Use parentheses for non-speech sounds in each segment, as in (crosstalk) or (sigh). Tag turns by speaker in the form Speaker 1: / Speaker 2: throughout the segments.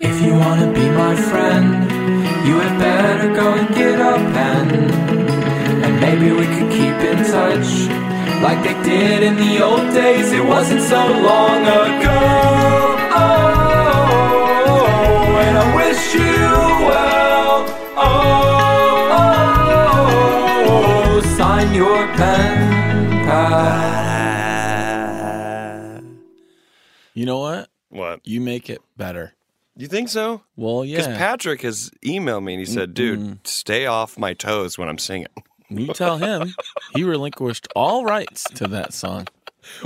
Speaker 1: If you wanna be my friend, you had better go and get a pen. And maybe we could keep in touch, like they did in the old days. It wasn't so long ago. Oh, and I wish you well. Oh, sign your pen pal.
Speaker 2: You know what?
Speaker 3: What?
Speaker 2: You make it better.
Speaker 3: You think so?
Speaker 2: Well,
Speaker 3: Because
Speaker 2: yeah.
Speaker 3: Patrick has emailed me and he said, dude, stay off my toes when I'm singing. (laughs)
Speaker 2: you tell him he relinquished all rights to that song.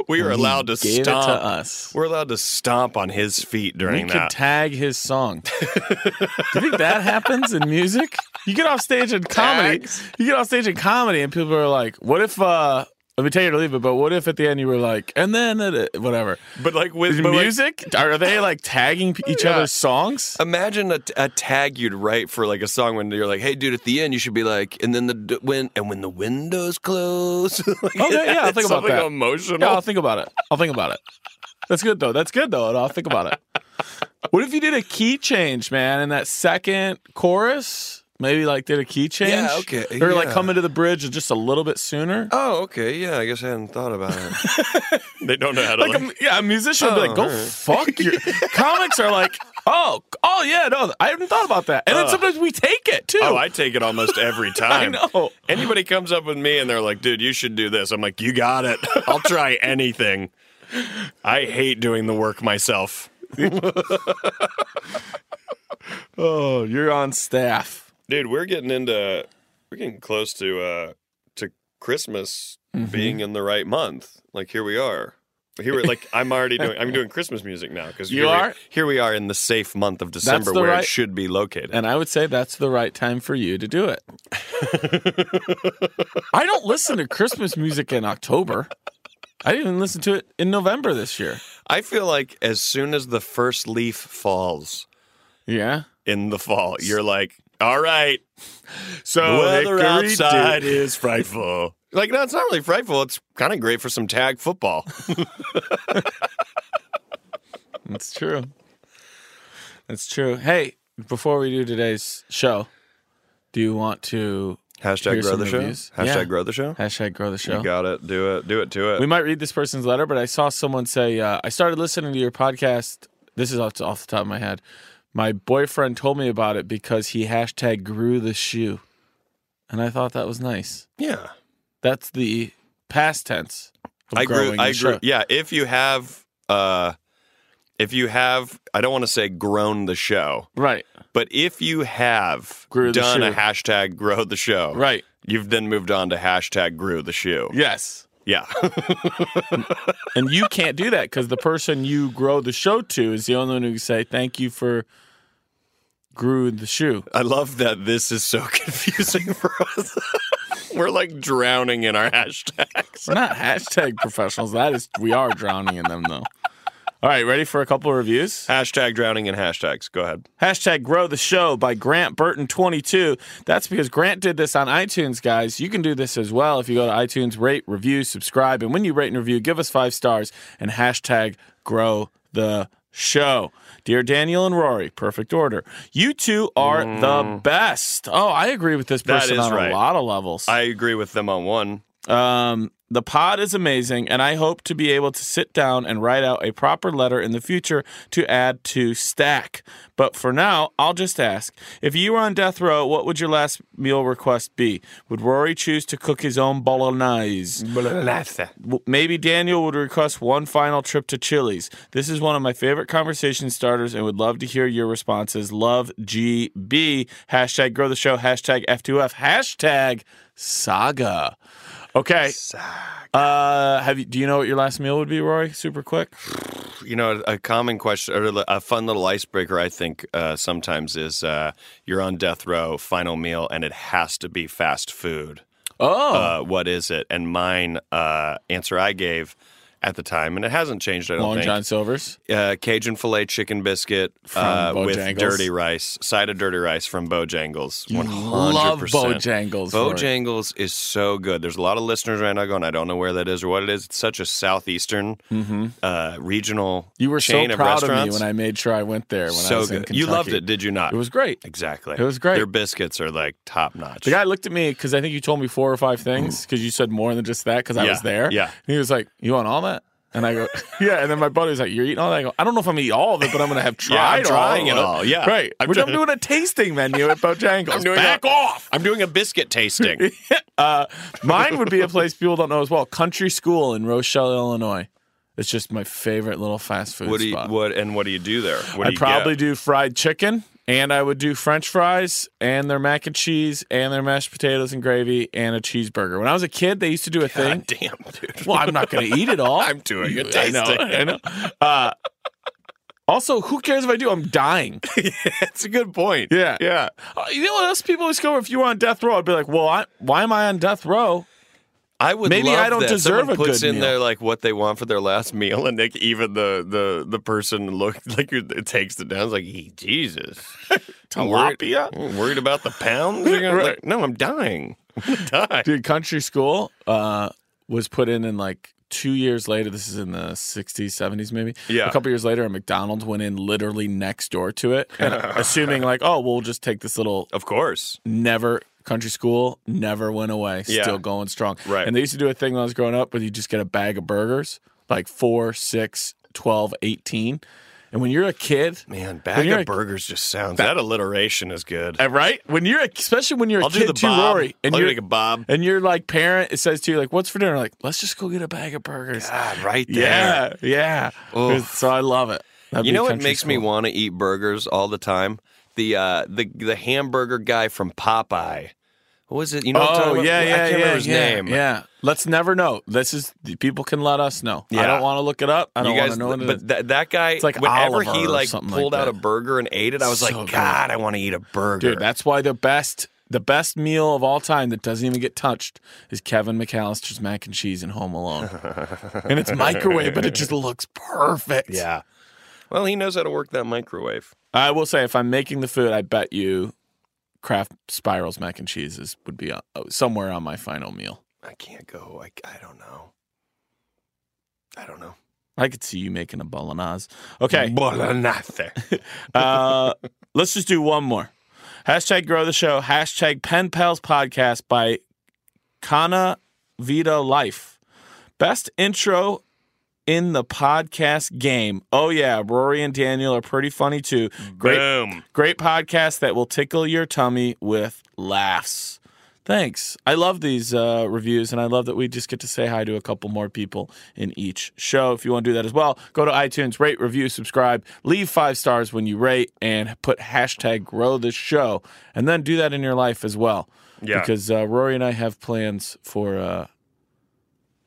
Speaker 3: We were
Speaker 2: He
Speaker 3: allowed to
Speaker 2: gave it to
Speaker 3: stomp.
Speaker 2: us.
Speaker 3: We're allowed to stomp on his feet
Speaker 2: We
Speaker 3: during
Speaker 2: could
Speaker 3: that.
Speaker 2: tag his
Speaker 3: (laughs)
Speaker 2: song. Do you think that happens in music? You get off stage in comedy.
Speaker 3: Tags?
Speaker 2: You get off stage in comedy, and people are like, "What if?" uh Let me tell you to leave it, but what if at the end you were like, and then it, whatever.
Speaker 3: but like with
Speaker 2: Is
Speaker 3: but, like,
Speaker 2: music? are they like tagging p- each
Speaker 3: Yeah.
Speaker 2: other's songs?
Speaker 3: Imagine a, a tag you'd write for like a song when you're like, "Hey, dude, at the end you should be like, and then the d- when and when the windows close." (laughs) like,
Speaker 2: Okay, Oh, yeah, I'll think about
Speaker 3: something
Speaker 2: that.
Speaker 3: Emotional.
Speaker 2: Yeah, I'll think about it. I'll think about it. That's good though. That's good though. and I'll think about it. What if you did a key change, man, in that second chorus? Maybe like did a key change.
Speaker 3: Yeah, okay,
Speaker 2: Or like
Speaker 3: yeah.
Speaker 2: come into the bridge just a little bit sooner.
Speaker 3: oh, okay, yeah. I guess I hadn't thought about it.
Speaker 2: (laughs)
Speaker 3: they don't know how to.
Speaker 2: like a, yeah, a musician would be like, "Go
Speaker 3: Oh,
Speaker 2: (laughs) fuck
Speaker 3: (laughs)
Speaker 2: your." Comics are like, "Oh, oh yeah, no, I haven't thought about that." And then sometimes we take it too.
Speaker 3: (laughs) Oh, I take it almost (laughs) every time.
Speaker 2: know.
Speaker 3: Anybody comes up with me and they're like, dude, you should do this. I'm like, you got it. (laughs) I'll try anything. I hate doing the work myself.
Speaker 2: oh, you're on staff.
Speaker 3: Dude, we're getting into we're getting close to uh to Christmas being in the right month. Like here we are. Here we're like I'm already doing I'm doing Christmas music now because (laughs)
Speaker 2: You
Speaker 3: here
Speaker 2: are?
Speaker 3: we, here we are in the safe month of December
Speaker 2: the
Speaker 3: where
Speaker 2: right-
Speaker 3: it should be located.
Speaker 2: And I would say that's the right time for you to do it. I don't listen to Christmas music in October. I didn't even listen to it in November this year.
Speaker 3: I feel like as soon as the first leaf falls
Speaker 2: Yeah.
Speaker 3: in the fall, you're like, all right, Oh,
Speaker 2: So
Speaker 3: is frightful. (laughs) Like, no, it's not really frightful. It's kind of great for some tag football.
Speaker 2: That's true. That's true. Hey, before we do today's show, do you want to
Speaker 3: (laughs) Hashtag
Speaker 2: hear
Speaker 3: grow
Speaker 2: some
Speaker 3: the show.
Speaker 2: reviews?
Speaker 3: Hashtag
Speaker 2: Yeah.
Speaker 3: grow the show.
Speaker 2: Hashtag grow the show.
Speaker 3: You got it. Do it. Do it to it.
Speaker 2: We might read this person's letter, but I saw someone say, uh, I started listening to your podcast. This is off, off the top of my head. My boyfriend told me about it because he hashtag grew the shoe. And I thought that was nice.
Speaker 3: yeah.
Speaker 2: That's the past tense. of
Speaker 3: I
Speaker 2: growing
Speaker 3: grew.
Speaker 2: the
Speaker 3: I
Speaker 2: shoe.
Speaker 3: grew. Yeah. If you have, uh, if you have, I don't want to say grown the show,
Speaker 2: Right,
Speaker 3: but if you have
Speaker 2: Grew the
Speaker 3: done a
Speaker 2: shoe.
Speaker 3: hashtag grow the show,
Speaker 2: right.
Speaker 3: You've then moved on to hashtag grew the shoe.
Speaker 2: Yes.
Speaker 3: Yeah. (laughs)
Speaker 2: And you can't do that because the person you grow the show to is the only one who can say, Thank you for grew the shoe.
Speaker 3: I love that this is so (laughs) confusing for us. (laughs) We're like drowning in our hashtags.
Speaker 2: We're not hashtag professionals. That is, we are drowning in them though. All right, ready for a couple of reviews?
Speaker 3: Hashtag drowning in hashtags. Go ahead.
Speaker 2: Hashtag grow the show by Grant Burton22. That's because Grant did this on iTunes, guys. You can do this as well if you go to iTunes, rate, review, subscribe, and when you rate and review, give us five stars and hashtag grow the show. Dear Daniel and Rory, perfect order. You two are the best. Oh, I agree with this
Speaker 3: Mm. That
Speaker 2: person
Speaker 3: is
Speaker 2: on
Speaker 3: right.
Speaker 2: a lot of levels.
Speaker 3: I agree with them on one.
Speaker 2: Um, the pod is amazing, and I hope to be able to sit down and write out a proper letter in the future to add to Stack. But for now, I'll just ask if you were on death row, what would your last meal request be? Would Rory choose to cook his own bolognese? W- Maybe Daniel would request one final trip to Chili's. This is one of my favorite conversation starters and would love to hear your responses. Love GB. Hashtag grow the show. Hashtag F2F. Hashtag saga. Okay. Uh, have you? Do you know what your last meal would be, Rory? Super quick.
Speaker 3: You know, a common question or a fun little icebreaker, I think, uh, sometimes is uh, you're on death row, final meal, and it has to be fast food.
Speaker 2: Oh,
Speaker 3: uh, what is it? And mine uh, answer I gave at the time, and it hasn't changed. I don't
Speaker 2: Long
Speaker 3: think.
Speaker 2: John Silver's.
Speaker 3: Uh, Cajun filet chicken biscuit
Speaker 2: From
Speaker 3: uh, with
Speaker 2: Bojangles.
Speaker 3: dirty rice, side of dirty rice from Bojangles. One
Speaker 2: love Bojangles for it.
Speaker 3: Bojangles is so good. There's a lot of listeners right now going, I don't know where that is or what it is. It's such a southeastern uh, regional.
Speaker 2: Mm-hmm. You were
Speaker 3: chain
Speaker 2: so proud
Speaker 3: of
Speaker 2: of, me
Speaker 3: restaurants.
Speaker 2: when I made sure I went there. When I
Speaker 3: so
Speaker 2: was in
Speaker 3: good. You loved
Speaker 2: Kentucky.
Speaker 3: it, did you not?
Speaker 2: It was great.
Speaker 3: exactly.
Speaker 2: It was great.
Speaker 3: Their biscuits are like top notch.
Speaker 2: The guy looked at me because I think you told me four or five things because you said more than just that because I
Speaker 3: Mm-hmm. Yeah,
Speaker 2: was there.
Speaker 3: yeah.
Speaker 2: And he was like, You want all that? And I go, (laughs) Yeah. And then my buddy was like, You're eating all that? I go, I don't know if I'm going to eat all of it, but I'm going to have tried
Speaker 3: (laughs) Yeah, I'm
Speaker 2: all
Speaker 3: trying
Speaker 2: of
Speaker 3: it all. Yeah.
Speaker 2: Right.
Speaker 3: I'm
Speaker 2: Which I'm
Speaker 3: trying-
Speaker 2: doing a tasting menu at Bojangles.
Speaker 3: (laughs) I'm doing
Speaker 2: Back
Speaker 3: a-
Speaker 2: off.
Speaker 3: I'm doing a biscuit
Speaker 2: (laughs)
Speaker 3: tasting.
Speaker 2: Uh, mine would be a place people don't know as well Country School in Rochelle, Illinois. It's just my favorite little fast food
Speaker 3: what do you
Speaker 2: spot.
Speaker 3: what and what do you do there? What do
Speaker 2: I'd
Speaker 3: you
Speaker 2: probably
Speaker 3: get?
Speaker 2: do fried chicken, and I would do French fries, and their mac and cheese, and their mashed potatoes and gravy, and a cheeseburger. When I was a kid, they used to do a thing.
Speaker 3: God damn, dude.
Speaker 2: Well, I'm not going to eat it all.
Speaker 3: (laughs) I'm doing a
Speaker 2: I know.
Speaker 3: tasting.
Speaker 2: I know.
Speaker 3: (laughs)
Speaker 2: Uh, also, who cares if I do? I'm dying.
Speaker 3: That's a good point.
Speaker 2: Yeah.
Speaker 3: Yeah.
Speaker 2: Uh, you know what else people always go, if you were on death row, I'd be like, well, I, why am I on death row?
Speaker 3: I would
Speaker 2: Maybe
Speaker 3: love
Speaker 2: I don't
Speaker 3: that.
Speaker 2: deserve
Speaker 3: Someone
Speaker 2: a good
Speaker 3: puts in
Speaker 2: meal.
Speaker 3: there like what they want for their last meal, and like even the the the person look (laughs) like you're- it takes it down. It's like "Hey,
Speaker 2: (laughs)
Speaker 3: Jesus, I'm worried-
Speaker 2: Tilapia?
Speaker 3: I'm worried about the pounds. You're gonna, like, no, I'm dying.
Speaker 2: (laughs)
Speaker 3: I'm dying.
Speaker 2: Dude, country school uh, was put in in like two years later. This is in the 60s, 70s, maybe.
Speaker 3: Yeah.
Speaker 2: A couple years later, a McDonald's went in literally next door to it,
Speaker 3: (laughs)
Speaker 2: and assuming like, oh, we'll just take this little
Speaker 3: Of course.
Speaker 2: never country school never went away
Speaker 3: Yeah.
Speaker 2: still going strong
Speaker 3: Right.
Speaker 2: and they used to do a thing when i was growing up where you just get a bag of burgers like 4 6 12 18 and when you're a kid
Speaker 3: Man,
Speaker 2: When
Speaker 3: bag
Speaker 2: you're
Speaker 3: of
Speaker 2: a-
Speaker 3: burgers just sounds that, alliteration is good.
Speaker 2: uh, right when you're a, especially when you're a
Speaker 3: I'll
Speaker 2: kid
Speaker 3: do the
Speaker 2: too
Speaker 3: bob.
Speaker 2: rory and
Speaker 3: I'll
Speaker 2: you're
Speaker 3: make a bob.
Speaker 2: and your like parent it says to you like what's for dinner like let's just go get a bag of burgers
Speaker 3: God, Ah, right there.
Speaker 2: yeah yeah
Speaker 3: Oh.
Speaker 2: so i love it That'd
Speaker 3: You
Speaker 2: be
Speaker 3: know what
Speaker 2: country
Speaker 3: makes me
Speaker 2: school.
Speaker 3: want to eat burgers all the time? The uh, the the hamburger guy from Popeye. What was it? You know? what I'm talking
Speaker 2: Oh
Speaker 3: about?
Speaker 2: yeah, yeah,
Speaker 3: I can't
Speaker 2: yeah,
Speaker 3: remember his
Speaker 2: yeah,
Speaker 3: name.
Speaker 2: Yeah, let's never know. This is the people can let us know. I
Speaker 3: Yeah.
Speaker 2: don't want to look it up. I don't
Speaker 3: you
Speaker 2: want
Speaker 3: guys,
Speaker 2: to know. What it is.
Speaker 3: but that that guy,
Speaker 2: It's like
Speaker 3: whenever
Speaker 2: Oliver
Speaker 3: he
Speaker 2: or
Speaker 3: like
Speaker 2: something
Speaker 3: pulled
Speaker 2: like
Speaker 3: out a
Speaker 2: that.
Speaker 3: burger and ate it, I was
Speaker 2: So
Speaker 3: like,
Speaker 2: good.
Speaker 3: God, I want to eat a burger.
Speaker 2: Dude, that's why the best the best meal of all time that doesn't even get touched is Kevin McAllister's mac and cheese in Home Alone. and it's microwave, but it just looks perfect.
Speaker 3: yeah. Well, he knows how to work that microwave.
Speaker 2: I will say if I'm making the food, I bet you Kraft Spirals mac and cheese is, would be uh, somewhere on my final meal.
Speaker 3: I can't go. I, I don't know. I don't know.
Speaker 2: I could see you making a bolognese.
Speaker 3: (laughs)
Speaker 2: Okay. (laughs)
Speaker 3: Bolognese.
Speaker 2: Uh, let's just do one more. Hashtag grow the show. Hashtag pen pals podcast by Kana Vita Life. Best intro in the podcast game. Oh yeah, Rory and Daniel are pretty funny too. Great,
Speaker 3: Boom.
Speaker 2: great podcast that will tickle your tummy with laughs. Thanks. I love these uh, reviews, and I love that we just get to say hi to a couple more people in each show. If you want to do that as well, go to iTunes, rate, review, subscribe, leave five stars when you rate, and put hashtag grow the show. And then do that in your life as well.
Speaker 3: Yeah.
Speaker 2: Because uh, Rory and I have plans for. Uh,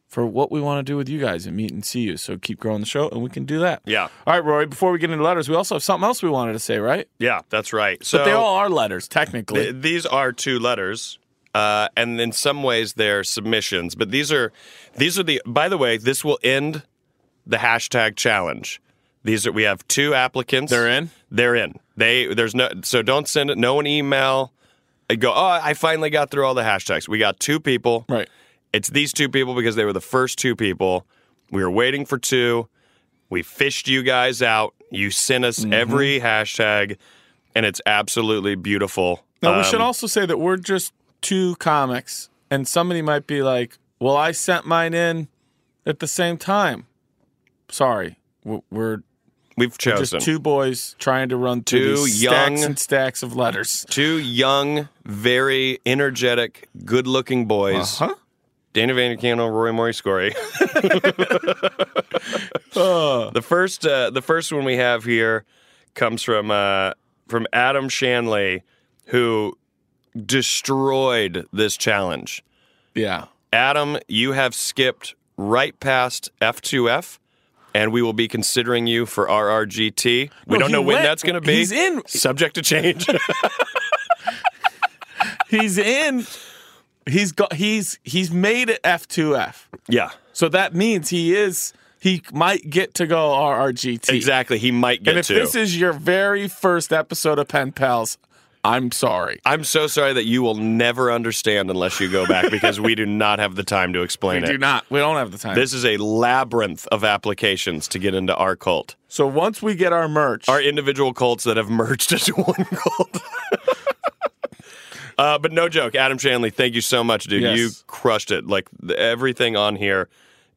Speaker 2: for what we want to do with you guys and meet and see you. So keep growing the show and we can do that.
Speaker 3: Yeah.
Speaker 2: All right, Rory, before we get into letters, we also have something else we wanted to say, right?
Speaker 3: Yeah, that's right. So
Speaker 2: but they all are letters, technically.
Speaker 3: Th- these are two letters, uh, and in some ways they're submissions. But these are these are the. By the way, this will end the hashtag challenge. These are we have two applicants.
Speaker 2: They're in?
Speaker 3: They're in. They there's no so don't send it. No one email. I go. Oh, I finally got through all the hashtags. We got two people.
Speaker 2: Right.
Speaker 3: It's these two people because they were the first two people. We were waiting for two. We fished you guys out. You sent
Speaker 2: Mm-hmm.
Speaker 3: us every hashtag, and it's absolutely beautiful.
Speaker 2: Now we
Speaker 3: Um,
Speaker 2: should also say that we're just two comics, and somebody might be like, "Well, I sent mine in at the same time." Sorry, W- we're
Speaker 3: we've chosen
Speaker 2: just two boys trying to run
Speaker 3: Two
Speaker 2: through these stacks
Speaker 3: young-
Speaker 2: and stacks of letters.
Speaker 3: Two young, very energetic, good-looking boys.
Speaker 2: Uh-huh.
Speaker 3: Danny Vandercano, Roy
Speaker 2: (laughs)
Speaker 3: Moriscori. (laughs) the first, uh, the first one we have here comes from uh, from Adam Shanley, who destroyed this challenge.
Speaker 2: Yeah,
Speaker 3: Adam, you have skipped right past F2F, and we will be considering you for RRGT. We
Speaker 2: No,
Speaker 3: don't
Speaker 2: he
Speaker 3: know when
Speaker 2: went-
Speaker 3: that's going to be.
Speaker 2: he's in-
Speaker 3: Subject to change.
Speaker 2: he's in. He's got. He's he's made it F two F.
Speaker 3: yeah.
Speaker 2: So that means he is. He might get to go RRGT.
Speaker 3: Exactly. He might get
Speaker 2: and if
Speaker 3: to.
Speaker 2: this is your very first episode of Pen Pals, I'm sorry.
Speaker 3: I'm so sorry that you will never understand unless you go back because we do not have the time to
Speaker 2: We
Speaker 3: explain it.
Speaker 2: do not. We don't have the time.
Speaker 3: This is a labyrinth of applications to get into our cult.
Speaker 2: so once we get our merch,
Speaker 3: Our individual cults that have merged (laughs) into one cult. uh, but no joke, Adam Shanley, thank you so much, dude.
Speaker 2: Yes.
Speaker 3: You crushed it. Like th- everything on here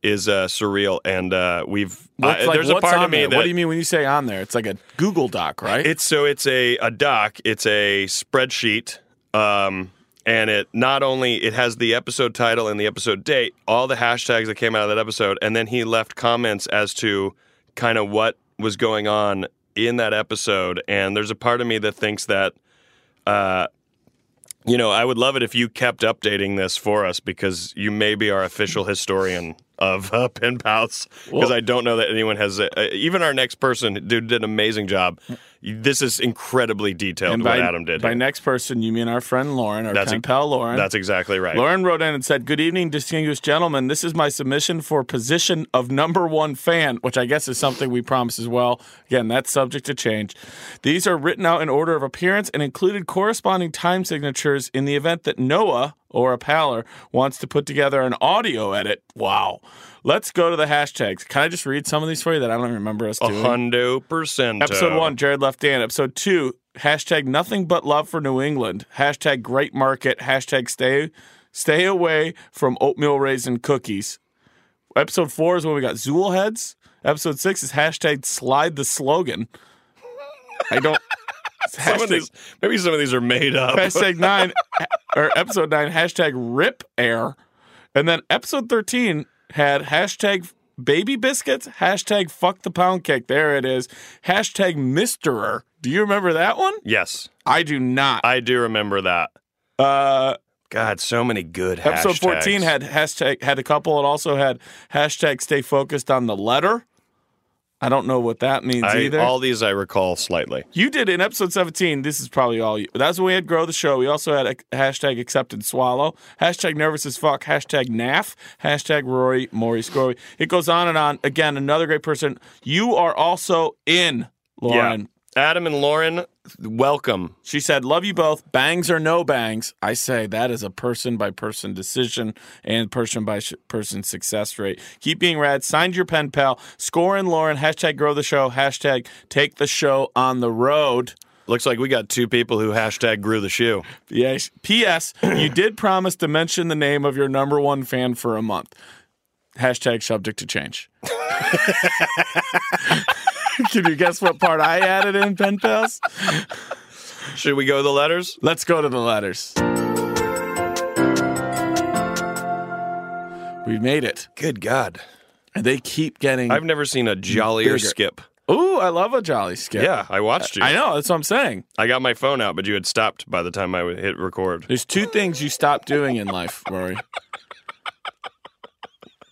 Speaker 3: is uh, surreal, and uh, we've
Speaker 2: what's,
Speaker 3: I-
Speaker 2: like,
Speaker 3: there's a
Speaker 2: what's
Speaker 3: part
Speaker 2: on
Speaker 3: of me
Speaker 2: there?
Speaker 3: that
Speaker 2: what do you mean when you say on there? It's like a Google Doc, right?
Speaker 3: It's so it's a, a doc, it's a spreadsheet, um, and it not only it has the episode title and the episode date, all the hashtags that came out of that episode, and then he left comments as to kind of what was going on in that episode. And there's a part of me that thinks that uh, you know, I would love it if you kept updating this for us because you may be our official historian of uh, pen pals. Because I don't know that anyone has. Uh, even our next person, dude, did an amazing job. You- This is incredibly detailed
Speaker 2: and
Speaker 3: what
Speaker 2: by,
Speaker 3: Adam did.
Speaker 2: By
Speaker 3: here.
Speaker 2: next person, you mean our friend Lauren, our
Speaker 3: That's
Speaker 2: pen
Speaker 3: ex-
Speaker 2: pal Lauren.
Speaker 3: That's exactly right.
Speaker 2: Lauren wrote in and said, Good evening, distinguished gentlemen. This is my submission for position of number one fan, which I guess is something we promised as well. Again, that's subject to change. These are written out in order of appearance and included corresponding time signatures in the event that Noah or a paler wants to put together an audio edit. Wow. Let's go to the hashtags. Can I just read some of these for you that I don't remember us
Speaker 3: A
Speaker 2: doing?
Speaker 3: hundred percent.
Speaker 2: Episode one, Jared left Dan. Episode two, hashtag nothing but love for New England. Hashtag great market. Hashtag stay stay away from oatmeal raisin cookies. Episode four is when we got Zool heads. Episode six is hashtag slide the slogan. I don't.
Speaker 3: (laughs) Some of
Speaker 2: hashtag,
Speaker 3: these, maybe some of these are made up.
Speaker 2: hashtag
Speaker 3: (laughs)
Speaker 2: nine or episode nine hashtag rip air, and then episode thirteen had hashtag baby biscuits hashtag fuck the pound cake. There it is. Hashtag misterer. Do you remember that one?
Speaker 3: Yes,
Speaker 2: I do not.
Speaker 3: I do remember that.
Speaker 2: Uh,
Speaker 3: God, so many good
Speaker 2: episode
Speaker 3: hashtags.
Speaker 2: fourteen had hashtag had a couple. It also had hashtag stay focused on the letter. I don't know what that means
Speaker 3: I,
Speaker 2: either.
Speaker 3: all these I recall slightly.
Speaker 2: You did in episode 17. This is probably all you. That's when we had grow the show. We also had a hashtag accept and swallow, hashtag nervous as fuck, hashtag naff, hashtag Rory Maury Scrowy. It goes on and on. Again, another great person. You are also in, Lauren.
Speaker 3: Yeah. Adam and Lauren, welcome.
Speaker 2: She said, Love you both. Bangs or no bangs. I say that is a person by person decision and person by sh- person success rate. Keep being rad. Signed your pen pal. Score and Lauren. Hashtag grow the show. Hashtag take the show on the road.
Speaker 3: Looks like we got two people who hashtag grew the shoe.
Speaker 2: Yes. P.S.
Speaker 3: (clears throat)
Speaker 2: You did promise to mention the name of your number one fan for a month. Hashtag subject to change. (laughs) Can you guess what part I added in pen pals?
Speaker 3: Should we go the letters?
Speaker 2: Let's go to the letters. We made it,
Speaker 3: Good God.
Speaker 2: and they keep getting.
Speaker 3: I've never seen a jollier
Speaker 2: Bigger.
Speaker 3: skip.
Speaker 2: Ooh, I love a jolly skip.
Speaker 3: Yeah, I watched you.
Speaker 2: I know. That's what I'm saying.
Speaker 3: I got my phone out, but you had stopped by the time I would hit record.
Speaker 2: There's two things you stop doing in life, Rory.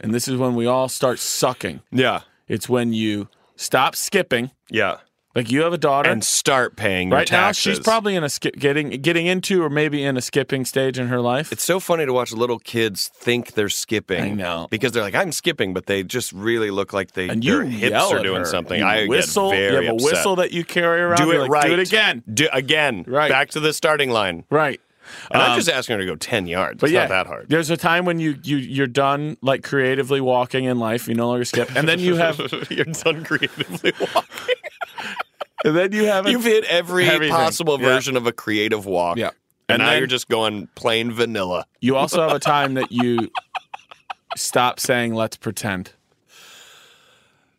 Speaker 2: And this is when we all start sucking.
Speaker 3: Yeah.
Speaker 2: It's when you stop skipping
Speaker 3: Yeah.
Speaker 2: Like you have a daughter
Speaker 3: and start paying your
Speaker 2: right now.
Speaker 3: taxes.
Speaker 2: She's probably in a skip, getting getting into or maybe in a skipping stage in her life.
Speaker 3: It's so funny to watch little kids think they're skipping.
Speaker 2: I know.
Speaker 3: because they're like, "I'm skipping," but they just really look like they
Speaker 2: and
Speaker 3: their
Speaker 2: you
Speaker 3: hips
Speaker 2: yell
Speaker 3: are
Speaker 2: at
Speaker 3: doing
Speaker 2: her.
Speaker 3: something.
Speaker 2: You
Speaker 3: I
Speaker 2: whistle.
Speaker 3: get very
Speaker 2: you have a
Speaker 3: upset.
Speaker 2: whistle that you carry around.
Speaker 3: do
Speaker 2: You're
Speaker 3: it
Speaker 2: like,
Speaker 3: right.
Speaker 2: Do it again.
Speaker 3: Do again.
Speaker 2: Right.
Speaker 3: Back to the starting line.
Speaker 2: Right.
Speaker 3: And I'm
Speaker 2: Um,
Speaker 3: just asking her to go ten yards.
Speaker 2: But
Speaker 3: it's
Speaker 2: yeah,
Speaker 3: not that hard.
Speaker 2: There's a time when you you you're done like creatively walking in life. You no longer skip, and then you have
Speaker 3: (laughs) you're done creatively (laughs) walking.
Speaker 2: and then you have a-
Speaker 3: (laughs) You've hit every
Speaker 2: Everything.
Speaker 3: possible
Speaker 2: Yeah.
Speaker 3: version of a creative walk.
Speaker 2: Yeah.
Speaker 3: And,
Speaker 2: And
Speaker 3: now
Speaker 2: then-
Speaker 3: you're just going plain vanilla.
Speaker 2: you also have a time that you stop saying "let's pretend."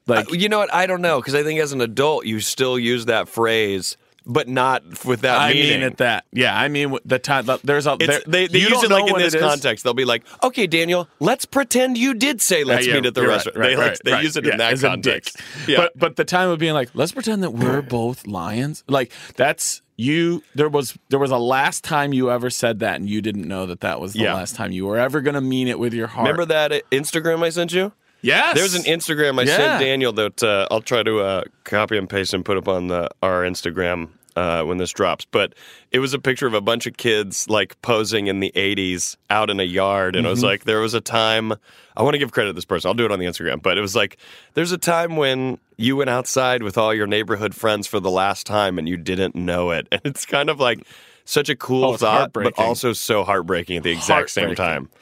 Speaker 2: Like
Speaker 3: Uh, you know what? I don't know because I think as an adult you still use that phrase, but not with that
Speaker 2: I
Speaker 3: meaning.
Speaker 2: mean at that. Yeah, I mean the time. There's a
Speaker 3: It's,
Speaker 2: there,
Speaker 3: they they
Speaker 2: you
Speaker 3: use
Speaker 2: don't
Speaker 3: it
Speaker 2: know
Speaker 3: like in
Speaker 2: what
Speaker 3: this
Speaker 2: it is.
Speaker 3: context. They'll be like, "Okay, Daniel, let's pretend you did say let's
Speaker 2: Yeah,
Speaker 3: meet at the
Speaker 2: you're right,
Speaker 3: restaurant."
Speaker 2: right,
Speaker 3: they like,
Speaker 2: right,
Speaker 3: they
Speaker 2: right.
Speaker 3: use it
Speaker 2: Yeah,
Speaker 3: in that
Speaker 2: as a
Speaker 3: context.
Speaker 2: dick.
Speaker 3: Yeah.
Speaker 2: But but the time of being like, let's pretend that we're both lions. Like that's you. There was there was a last time you ever said that, and you didn't know that that was the
Speaker 3: Yeah.
Speaker 2: last time you were ever going to mean it with your heart.
Speaker 3: Remember that uh, Instagram I sent you?
Speaker 2: Yes.
Speaker 3: There's an Instagram I
Speaker 2: Yeah.
Speaker 3: sent Daniel that uh, I'll try to uh, copy and paste and put up on the, our Instagram uh, when this drops. But it was a picture of a bunch of kids like posing in the 80s out in a yard. And I
Speaker 2: Mm-hmm.
Speaker 3: was like, there was a time, I want to give credit to this person. I'll do it on the Instagram. But it was like, there's a time when you went outside with all your neighborhood friends for the last time and you didn't know it. (laughs) And it's kind of like such a cool
Speaker 2: Oh, it's
Speaker 3: thought, but
Speaker 2: heartbreaking.
Speaker 3: also so heartbreaking at the exact same time.
Speaker 2: Heartbreaking.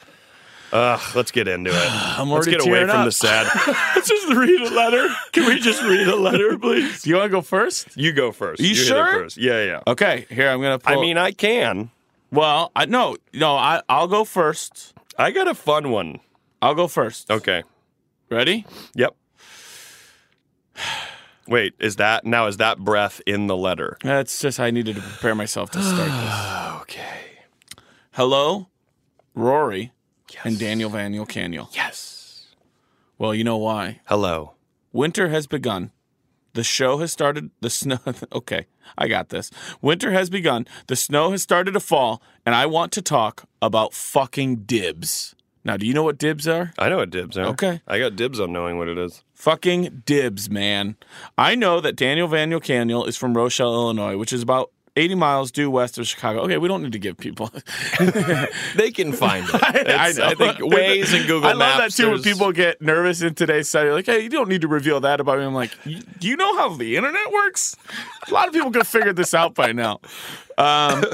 Speaker 3: Ugh, let's get into it.
Speaker 2: I'm
Speaker 3: Let's
Speaker 2: already
Speaker 3: get away
Speaker 2: tearing
Speaker 3: from
Speaker 2: up.
Speaker 3: the sad.
Speaker 2: (laughs) Let's just read a
Speaker 3: (laughs)
Speaker 2: letter. Can we just read a letter, please? (laughs) Do you want to go first?
Speaker 3: You go first.
Speaker 2: You
Speaker 3: hit it
Speaker 2: sure?
Speaker 3: first. Yeah, yeah.
Speaker 2: Okay, here I'm gonna.
Speaker 3: I
Speaker 2: pull-
Speaker 3: mean, I can.
Speaker 2: well, I no, no, I I'll go first.
Speaker 3: I got a fun one.
Speaker 2: I'll go first.
Speaker 3: Okay.
Speaker 2: Ready?
Speaker 3: Yep. (sighs) Wait, is that now? Is that breath in the letter?
Speaker 2: That's just I needed to prepare myself to start this. (sighs)
Speaker 3: Okay.
Speaker 2: Hello, Rory and Daniel Vaniel Caniel.
Speaker 3: Yes.
Speaker 2: Well, you know why.
Speaker 3: Hello.
Speaker 2: Winter has begun. The show has started. The snow. (laughs) Okay, I got this. Winter has begun. The snow has started to fall, and I want to talk about fucking dibs. Now, do you know what dibs are?
Speaker 3: I know what dibs are.
Speaker 2: Okay.
Speaker 3: I got dibs on knowing what it is.
Speaker 2: Fucking dibs, man. I know that Daniel Vaniel Caniel is from Rochelle, Illinois, which is about 80 miles due west of Chicago. Okay, we don't need to give people.
Speaker 3: They can find
Speaker 2: (laughs)
Speaker 3: it.
Speaker 2: I,
Speaker 3: It's-
Speaker 2: know.
Speaker 3: think Waze
Speaker 2: (laughs)
Speaker 3: and Google
Speaker 2: I love
Speaker 3: Maps,
Speaker 2: that too. When
Speaker 3: there's-
Speaker 2: people get nervous in today's society, like, "Hey, you don't need to reveal that about me." I'm like, "You- "Do you know how the internet works?" A lot of people could have figured this out by now. Um,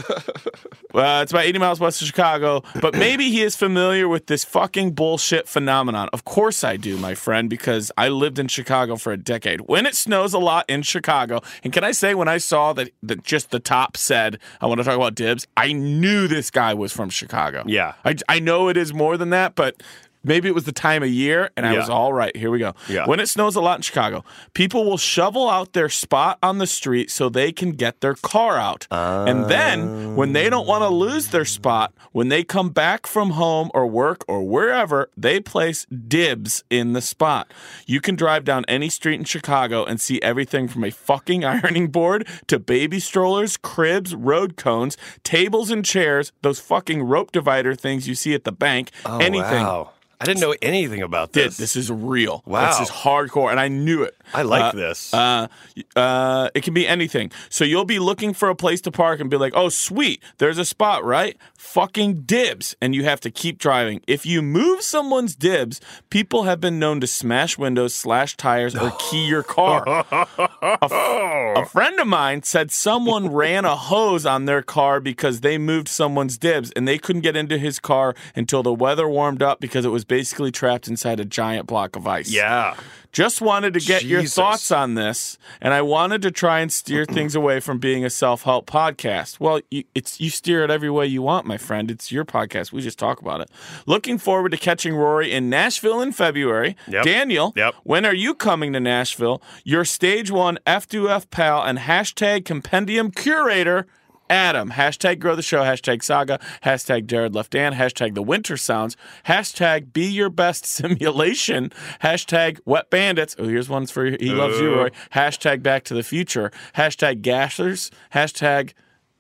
Speaker 2: (laughs) uh, it's about 80 miles west of Chicago, but maybe he is familiar with this fucking bullshit phenomenon. Of course I do, my friend, because I lived in Chicago for a decade. When it snows a lot in Chicago, and can I say when I saw that, that just the top said, I want to talk about dibs, I knew this guy was from Chicago.
Speaker 3: Yeah.
Speaker 2: I, I know it is more than that, but maybe it was the time of year, and I
Speaker 3: Yeah.
Speaker 2: was all right. Here we go.
Speaker 3: Yeah.
Speaker 2: When it snows a lot in Chicago, people will shovel out their spot on the street so they can get their car out. and then when they don't want to lose their spot, when they come back from home or work or wherever, they place dibs in the spot. You can drive down any street in Chicago and see everything from a fucking (laughs) ironing board to baby strollers, cribs, road cones, tables and chairs, those fucking rope divider things you see at the bank,
Speaker 3: Oh,
Speaker 2: anything.
Speaker 3: wow. I didn't know anything about
Speaker 2: Dude,
Speaker 3: this.
Speaker 2: This. is real.
Speaker 3: Wow.
Speaker 2: This is hardcore, and I knew it.
Speaker 3: I like
Speaker 2: Uh,
Speaker 3: this.
Speaker 2: Uh, uh, it can be anything. So you'll be looking for a place to park and be like, oh, sweet, there's a spot, right? Fucking dibs. And you have to keep driving. If you move someone's dibs, people have been known to smash windows, slash tires, or key your car. A friend of mine said someone ran a hose on their car because they moved someone's dibs and they couldn't get into his car until the weather warmed up because it was basically trapped inside a giant block of ice.
Speaker 3: yeah.
Speaker 2: Just wanted to get your
Speaker 3: Jesus.
Speaker 2: thoughts on this, and I wanted to try and steer things away from being a self-help podcast. Well, you, it's you steer it every way you want, my friend. It's your podcast. We just talk about it. Looking forward to catching Rory in Nashville in February.
Speaker 3: Yep.
Speaker 2: Daniel,
Speaker 3: Yep.
Speaker 2: when are you coming to Nashville? Your stage one F2F pal and hashtag compendium curator. Adam, hashtag grow the show, hashtag saga, hashtag Jared Left Dan, hashtag the winter sounds, hashtag be your best (laughs) simulation, hashtag wet bandits. Oh, here's one's for he loves you, Roy. Hashtag back to the future, hashtag gashers, hashtag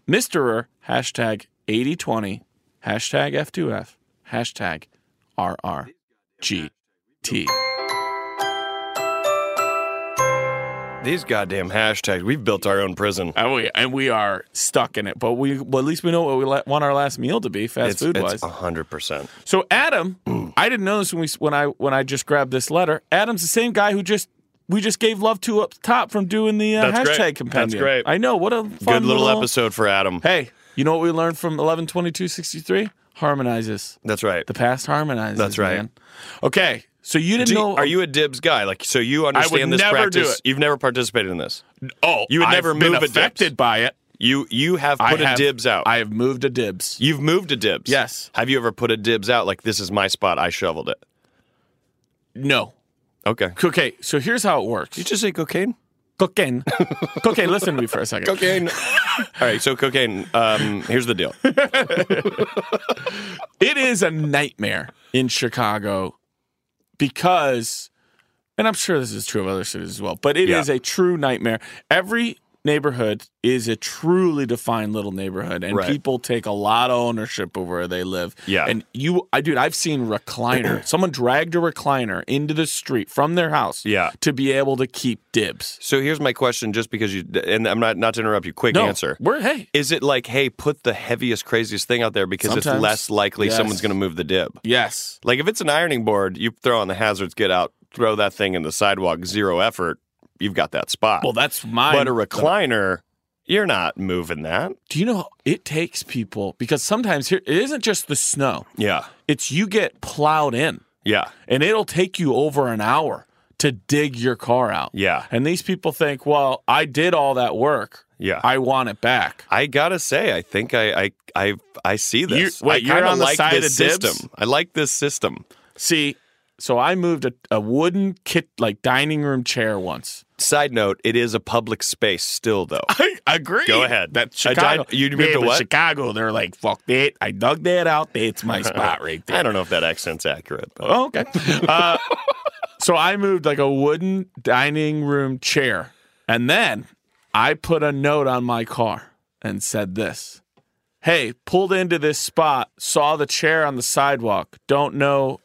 Speaker 2: misterer, hashtag 8020, hashtag F2F, hashtag RRGT.
Speaker 3: These goddamn hashtags. We've built our own prison.
Speaker 2: And we, and we are stuck in it, but we well, at least we know what we la- want our last meal to be, fast
Speaker 3: It's
Speaker 2: food
Speaker 3: it's
Speaker 2: wise.
Speaker 3: hundred percent.
Speaker 2: So Adam, I didn't know this when we when I when I just grabbed this letter. Adam's the same guy who just we just gave love to up top from doing the uh,
Speaker 3: That's
Speaker 2: hashtag
Speaker 3: great. That's
Speaker 2: compendium.
Speaker 3: great.
Speaker 2: I know what a fun
Speaker 3: Good little episode for Adam.
Speaker 2: Hey, you know what we learned from eleven twenty two sixty three harmonizes.
Speaker 3: That's right.
Speaker 2: The past harmonizes.
Speaker 3: That's right.
Speaker 2: man. Okay, so you didn't
Speaker 3: Do you-
Speaker 2: know?
Speaker 3: are you a dibs guy? Like, so you understand this
Speaker 2: never do
Speaker 3: practice?
Speaker 2: it.
Speaker 3: You've never participated in this.
Speaker 2: Oh,
Speaker 3: you would
Speaker 2: I've
Speaker 3: never
Speaker 2: been
Speaker 3: move a dibs.
Speaker 2: affected by it.
Speaker 3: You you have
Speaker 2: I
Speaker 3: put a
Speaker 2: have-
Speaker 3: dibs out.
Speaker 2: I have moved a dibs.
Speaker 3: You've moved a dibs.
Speaker 2: Yes.
Speaker 3: Have you ever put a dibs out? Like, this is my spot. I shoveled it.
Speaker 2: No.
Speaker 3: Okay.
Speaker 2: Okay, so here's how it works.
Speaker 3: Did you just say cocaine?
Speaker 2: cocaine. cocaine, listen to me for a second. (laughs)
Speaker 3: Cocaine. All right. So cocaine. Um, here's the deal.
Speaker 2: It is a nightmare in Chicago because, and I'm sure this is true of other cities as well, but it is
Speaker 3: Yeah.
Speaker 2: a true nightmare. Every neighborhood is a truly defined little neighborhood, and
Speaker 3: Right.
Speaker 2: people take a lot of ownership of where they live.
Speaker 3: Yeah.
Speaker 2: And you, I dude, I've seen
Speaker 3: (clears throat)
Speaker 2: recliner. Someone dragged a recliner into the street from their house
Speaker 3: Yeah.
Speaker 2: to be able to keep dibs.
Speaker 3: So here's my question. Just because you and I'm not not to interrupt you. Quick
Speaker 2: No,
Speaker 3: answer.
Speaker 2: We're, hey,
Speaker 3: Is it like, hey, put the heaviest, craziest thing out there because it's
Speaker 2: Sometimes.
Speaker 3: less likely
Speaker 2: Yes.
Speaker 3: someone's going to move the dib?
Speaker 2: yes.
Speaker 3: Like if it's an ironing board, you throw on the hazards, get out, throw that thing in the sidewalk, zero effort, you've got that spot.
Speaker 2: Well, that's my.
Speaker 3: but a recliner, you're not moving that.
Speaker 2: Do you know it takes people because sometimes here it isn't just the snow.
Speaker 3: Yeah.
Speaker 2: It's you get plowed in
Speaker 3: Yeah.
Speaker 2: and it'll take you over an hour to dig your car out.
Speaker 3: Yeah.
Speaker 2: And these people think, well, I did all that work.
Speaker 3: Yeah.
Speaker 2: I want it back.
Speaker 3: I gotta say, I think I I I, I see this.
Speaker 2: You- wait,
Speaker 3: I
Speaker 2: you're
Speaker 3: kinda
Speaker 2: on the
Speaker 3: like
Speaker 2: side
Speaker 3: this
Speaker 2: of dibs?
Speaker 3: system. I like this system.
Speaker 2: See, so I moved a, a wooden kit like dining room chair (laughs) once.
Speaker 3: Side note: It is a public space
Speaker 2: (laughs)
Speaker 3: still, though.
Speaker 2: I agree.
Speaker 3: Go ahead.
Speaker 2: That
Speaker 3: I
Speaker 2: Chicago.
Speaker 3: died- you moved
Speaker 2: Man,
Speaker 3: to
Speaker 2: but
Speaker 3: what?
Speaker 2: Chicago. They're like, fuck that. I dug that out. It's (laughs) my spot right there.
Speaker 3: I don't know if that accent's accurate, but
Speaker 2: Oh, okay. Uh, so I moved like a wooden dining room chair. And then I put a note on my car and said this Hey, pulled into this spot, saw the chair on the sidewalk. Don't know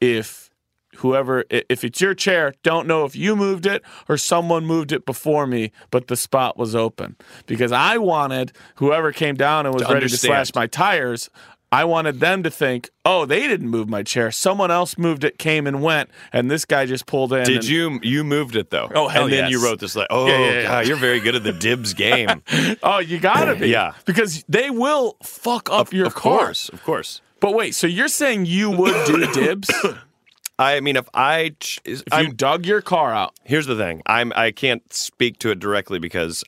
Speaker 2: if whoever, i- if it's your chair, don't know if you moved it or someone moved it before me, but the spot was open. Because I wanted whoever came down and was
Speaker 3: To
Speaker 2: ready
Speaker 3: understand.
Speaker 2: to slash my tires, I wanted them to think, oh, they didn't move my chair. Someone else moved it, came and went, and this guy just pulled in.
Speaker 3: did
Speaker 2: and-
Speaker 3: you you moved it though?
Speaker 2: Oh, hell
Speaker 3: And then you
Speaker 2: yes.
Speaker 3: wrote this like, oh
Speaker 2: Yeah, yeah, yeah.
Speaker 3: God, you're very
Speaker 2: (laughs)
Speaker 3: good at the dibs game.
Speaker 2: Oh, you gotta be.
Speaker 3: (clears throat) Yeah.
Speaker 2: Because they will fuck up your
Speaker 3: of
Speaker 2: car.
Speaker 3: course, of course.
Speaker 2: But wait, so you're saying you would
Speaker 3: (coughs)
Speaker 2: do dibs if
Speaker 3: I mean, if I, ch- is-
Speaker 2: you
Speaker 3: I'm,
Speaker 2: dug your car out?
Speaker 3: here's the thing. I'm, I can't speak to it directly because,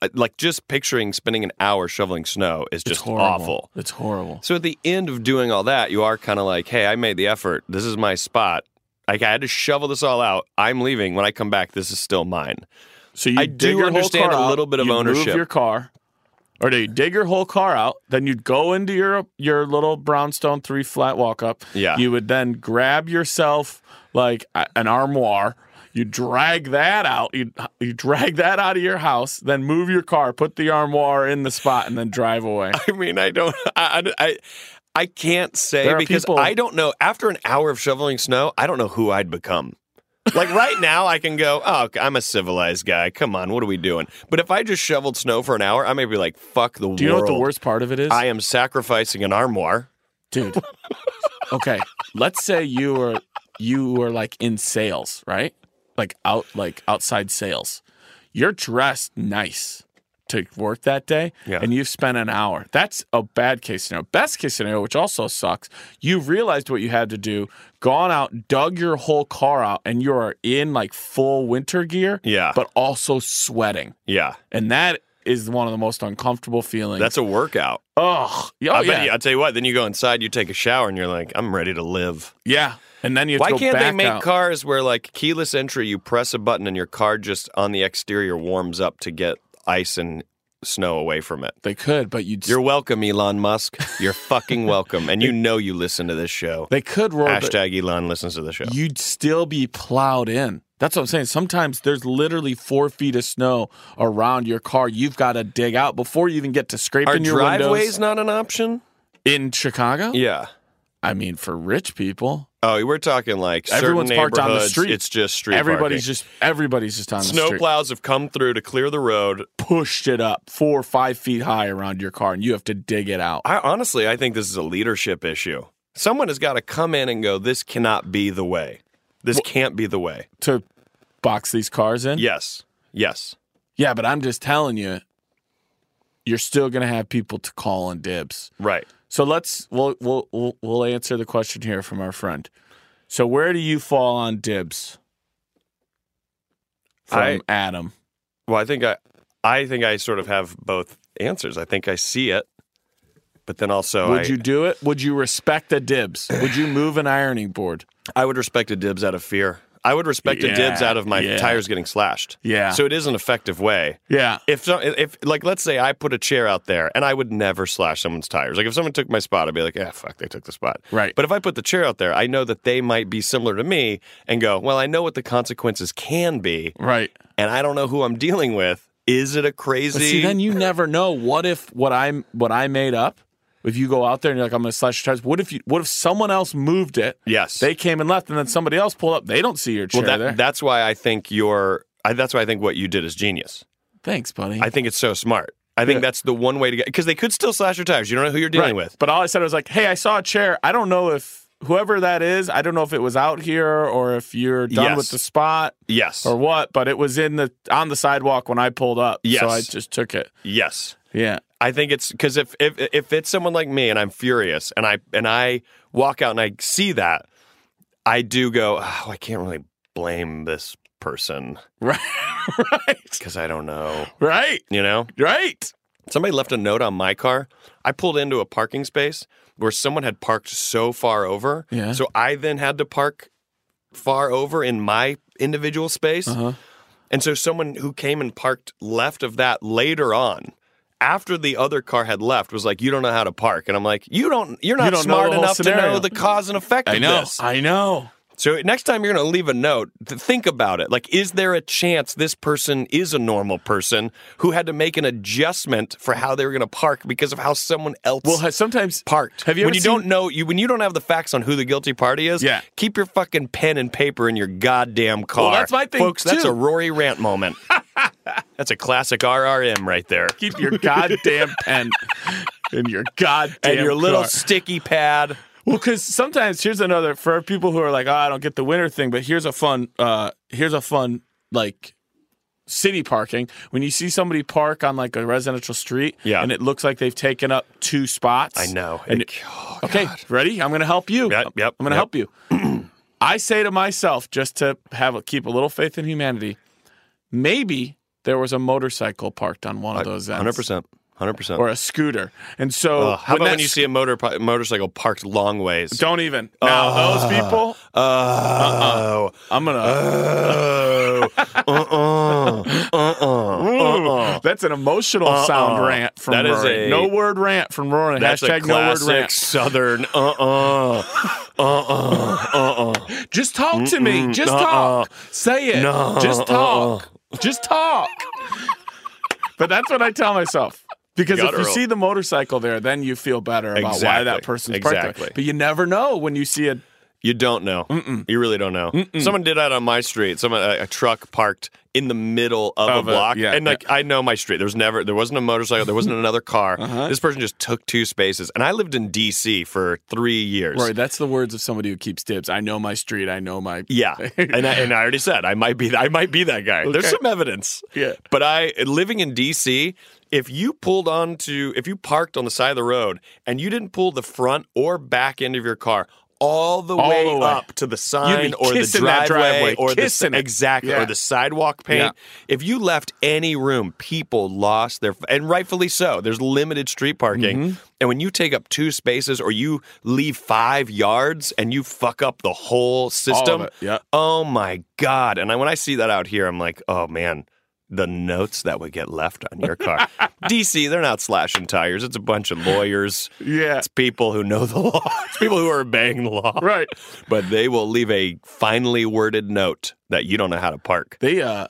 Speaker 3: uh, like, just picturing spending an hour shoveling snow is just awful.
Speaker 2: It's horrible.
Speaker 3: So at the end of doing all that, you are kind of like, hey, I made the effort. This is my spot. Like, I had to shovel this all out. I'm leaving. When I come back, this is still mine.
Speaker 2: So you
Speaker 3: I
Speaker 2: dig
Speaker 3: do
Speaker 2: your whole
Speaker 3: understand
Speaker 2: car
Speaker 3: a
Speaker 2: out,
Speaker 3: little bit of
Speaker 2: you
Speaker 3: ownership.
Speaker 2: Move your car, or do you dig your whole car out? Then you'd go into your your little brownstone three flat walk up.
Speaker 3: Yeah.
Speaker 2: You would then grab yourself like a- an armoire. You drag that out. You you drag that out of your house. Then move your car, put the armoire in the spot, and then drive
Speaker 3: (laughs)
Speaker 2: away.
Speaker 3: I mean, I don't, I, I, I- I can't say
Speaker 2: There are
Speaker 3: because
Speaker 2: people-
Speaker 3: I don't know. After an hour of shoveling snow, I don't know who I'd become.
Speaker 2: (laughs)
Speaker 3: Like right now, I can go, oh, okay, I'm a civilized guy. Come on, what are we doing? But if I just shoveled snow for an hour, I may be like, fuck the world.
Speaker 2: Do you know what the worst part of it is?
Speaker 3: I am sacrificing an armoire.
Speaker 2: dude. okay, let's say you were you were like in sales, right? Like out like outside sales. You're dressed nice to work that day,
Speaker 3: Yeah.
Speaker 2: and you've spent an hour. That's a bad case scenario. Best case scenario, which also sucks, you've realized what you had to do, gone out, dug your whole car out, and you are in like full winter gear,
Speaker 3: Yeah.
Speaker 2: but also sweating,
Speaker 3: Yeah,
Speaker 2: and that is one of the most uncomfortable feelings.
Speaker 3: that's a workout.
Speaker 2: oh,
Speaker 3: I
Speaker 2: yeah,
Speaker 3: bet you, I'll tell you what, then you go inside, you take a shower, and you're like, I'm ready to live.
Speaker 2: yeah. And then you have
Speaker 3: Why
Speaker 2: to go
Speaker 3: can't they
Speaker 2: back
Speaker 3: make
Speaker 2: out.
Speaker 3: cars where, like, keyless entry, you press a button and your car just on the exterior warms up to get ice and snow away from it?
Speaker 2: They could, but you'd.
Speaker 3: You're welcome, Elon Musk. You're fucking welcome. And
Speaker 2: (laughs)
Speaker 3: you know you listen to this show.
Speaker 2: they could roll. but
Speaker 3: Hashtag Elon listens to the show.
Speaker 2: You'd still be plowed in. That's what I'm saying. Sometimes there's literally four feet of snow around your car. You've got to dig out before you even get to
Speaker 3: Are
Speaker 2: scraping your
Speaker 3: driveways
Speaker 2: windows
Speaker 3: not an option?
Speaker 2: in Chicago.
Speaker 3: Yeah.
Speaker 2: I mean, for rich people,
Speaker 3: Oh, we're talking like certain
Speaker 2: Everyone's parked on the
Speaker 3: neighborhoods,
Speaker 2: street.
Speaker 3: It's just street.
Speaker 2: everybody's
Speaker 3: parking.
Speaker 2: just everybody's just on the
Speaker 3: Snow
Speaker 2: street.
Speaker 3: plows have come through to clear the road.
Speaker 2: pushed it up four or five feet high around your car, and you have to dig it out.
Speaker 3: I honestly, I think this is a leadership issue. Someone has got to come in and go. This cannot be the way. This can't be the way.
Speaker 2: to box these cars in.
Speaker 3: Yes, yes.
Speaker 2: Yeah, but I'm just telling you, you're still gonna have people to call on dibs.
Speaker 3: Right.
Speaker 2: So let's we'll we'll we'll, we'll answer the question here from our friend. So where do you fall on dibs? From
Speaker 3: I-
Speaker 2: Adam.
Speaker 3: Well, I think I, I think I sort of have both answers. I think I see it, but then also
Speaker 2: Would
Speaker 3: Oh, I,
Speaker 2: you do it? Would you respect the
Speaker 3: (sighs)
Speaker 2: dibs? Would you move an ironing board?
Speaker 3: I would respect a dibs out of fear. I would respect a dibs
Speaker 2: Yeah,
Speaker 3: out of my
Speaker 2: yeah.
Speaker 3: tires getting slashed.
Speaker 2: Yeah.
Speaker 3: So it is an effective way.
Speaker 2: Yeah.
Speaker 3: If so, if like let's say I put a chair out there and I would never slash someone's tires. Like if someone took my spot, I'd be like, ah, fuck, they took the spot.
Speaker 2: Right.
Speaker 3: But if I put the chair out there, I know that they might be similar to me and go, well, I know what the consequences can be,
Speaker 2: Right.
Speaker 3: and I don't know who I'm dealing with. Is it a crazy?
Speaker 2: But see, then you never know. What if what I'm what I made up? If you go out there and you're like, I'm gonna slash your tires, what if you what if someone else moved it?
Speaker 3: yes.
Speaker 2: They came and left, and then somebody else pulled up. They don't see your chair
Speaker 3: well, that,
Speaker 2: there.
Speaker 3: that's why I think your. I, that's why I think what you did is genius.
Speaker 2: Thanks, buddy.
Speaker 3: I think it's so smart. I think
Speaker 2: Yeah.
Speaker 3: that's the one way to get because they could still slash your tires. You don't know who you're dealing with.
Speaker 2: But all I said was like, "Hey, I saw a chair. I don't know if whoever that is. I don't know if it was out here or if you're done
Speaker 3: Yes.
Speaker 2: with the spot
Speaker 3: Yes.
Speaker 2: or what. But it was in the on the sidewalk when I pulled up.
Speaker 3: Yes.
Speaker 2: So I just took it.
Speaker 3: yes.
Speaker 2: Yeah.
Speaker 3: I think it's because if, if if it's someone like me and I'm furious and I and I walk out and I see that, I do go, oh, I can't really blame this person
Speaker 2: (laughs) Right. right.
Speaker 3: because I don't know.
Speaker 2: Right.
Speaker 3: You know,
Speaker 2: Right.
Speaker 3: somebody left a note on my car. I pulled into a parking space where someone had parked so far over.
Speaker 2: Yeah.
Speaker 3: So I then had to park far over in my individual space.
Speaker 2: Uh-huh.
Speaker 3: And so someone who came and parked left of that later on, after the other car had left, was like, "You don't know how to park," and I'm like, "You don't. You're not
Speaker 2: don't know
Speaker 3: smart
Speaker 2: the whole
Speaker 3: enough to
Speaker 2: scenario."
Speaker 3: know the cause and effect of this."
Speaker 2: I know.
Speaker 3: so next time you're going to leave a note, th- think about it. Like, is there a chance this person is a normal person who had to make an adjustment for how they were going to park because of how someone else?
Speaker 2: Well, has- sometimes
Speaker 3: Parked.
Speaker 2: Have you
Speaker 3: when
Speaker 2: ever
Speaker 3: you
Speaker 2: seen-
Speaker 3: don't know you when you don't have the facts on who the guilty party is?
Speaker 2: Yeah.
Speaker 3: keep your fucking pen and paper in your goddamn car.
Speaker 2: that's my thing,
Speaker 3: folks. That's
Speaker 2: too.
Speaker 3: a Rory
Speaker 2: (laughs)
Speaker 3: rant moment. that's a classic RRM right there.
Speaker 2: keep your goddamn (laughs) pen in your goddamn
Speaker 3: and your little
Speaker 2: car.
Speaker 3: sticky pad.
Speaker 2: Well, because sometimes here's another for people who are like, oh, I don't get the winter thing, but here's a fun, uh, here's a fun like city parking. When you see somebody park on like a residential street,
Speaker 3: Yeah.
Speaker 2: and it looks like they've taken up two spots.
Speaker 3: I know.
Speaker 2: And
Speaker 3: It-
Speaker 2: it-
Speaker 3: oh,
Speaker 2: okay, ready? I'm gonna help you.
Speaker 3: Yep, yep,
Speaker 2: I'm gonna
Speaker 3: yep.
Speaker 2: help you. (clears throat) I say to myself, just to have a, keep a little faith in humanity, maybe there was a motorcycle parked on one of those ends,
Speaker 3: Hundred percent. Hundred percent.
Speaker 2: or a scooter, and so
Speaker 3: Uh, how about
Speaker 2: that
Speaker 3: when you see a motor motorcycle parked long ways?
Speaker 2: Don't even. Now those people,
Speaker 3: Oh,
Speaker 2: I'm gonna.
Speaker 3: oh, uh, uh, uh,
Speaker 2: Ooh,
Speaker 3: uh, uh.
Speaker 2: uh-uh. That's an emotional
Speaker 3: Uh-uh.
Speaker 2: sound rant from
Speaker 3: That is
Speaker 2: Rory.
Speaker 3: a-
Speaker 2: no word rant from Rory.
Speaker 3: That's
Speaker 2: Hashtag
Speaker 3: a
Speaker 2: no word
Speaker 3: classic
Speaker 2: rant.
Speaker 3: Southern. Uh, uh, uh, uh,
Speaker 2: (laughs)
Speaker 3: uh, uh.
Speaker 2: Just talk to me. Just talk. Say it.
Speaker 3: No, uh-uh.
Speaker 2: Just talk. Just talk. but that's what I tell myself. Because
Speaker 3: You
Speaker 2: if
Speaker 3: gotta
Speaker 2: you
Speaker 3: roll.
Speaker 2: see the motorcycle there, then you feel better about why
Speaker 3: Exactly.
Speaker 2: that person's parked there.
Speaker 3: Exactly.
Speaker 2: But you never know when you see a
Speaker 3: You don't know. You really don't know. Someone did that on my street. Someone a, a truck parked in the middle of,
Speaker 2: Of
Speaker 3: a
Speaker 2: a-
Speaker 3: block,
Speaker 2: yeah,
Speaker 3: and like I know my street. There was never, there wasn't a motorcycle. There wasn't
Speaker 2: (laughs)
Speaker 3: another car.
Speaker 2: Uh-huh.
Speaker 3: This person just took two spaces, and I lived in D.C. for three years.
Speaker 2: Rory. That's the words of somebody who keeps dibs. I know my street. I know my
Speaker 3: Yeah,
Speaker 2: (laughs)
Speaker 3: and I, and I already said I might be I might be that guy. There's
Speaker 2: Okay.
Speaker 3: some evidence.
Speaker 2: Yeah.
Speaker 3: but I living in D.C. If you pulled onto if you parked on the side of the road and you didn't pull the front or back end of your car all the,
Speaker 2: All
Speaker 3: way,
Speaker 2: the way.
Speaker 3: up to the sign
Speaker 2: be
Speaker 3: or the
Speaker 2: kissing that
Speaker 3: driveway,
Speaker 2: driveway,
Speaker 3: or the
Speaker 2: kissing it.
Speaker 3: exactly
Speaker 2: Yeah.
Speaker 3: or the sidewalk paint, if you left any room, people lost their and rightfully so. There's limited street parking,
Speaker 2: Mm-hmm.
Speaker 3: and when you take up two spaces or you leave five yards and you fuck up the whole system
Speaker 2: All of
Speaker 3: system.
Speaker 2: it, yeah.
Speaker 3: Oh my god! And I, when I see that out here, I'm like, oh man, the notes that would get left on
Speaker 2: (laughs)
Speaker 3: your car. DC, they're not slashing tires. It's a bunch of lawyers.
Speaker 2: Yeah.
Speaker 3: It's people who know the law. (laughs) It's people who are obeying the law.
Speaker 2: Right.
Speaker 3: But they will leave a finely worded note that you don't know how to park.
Speaker 2: They uh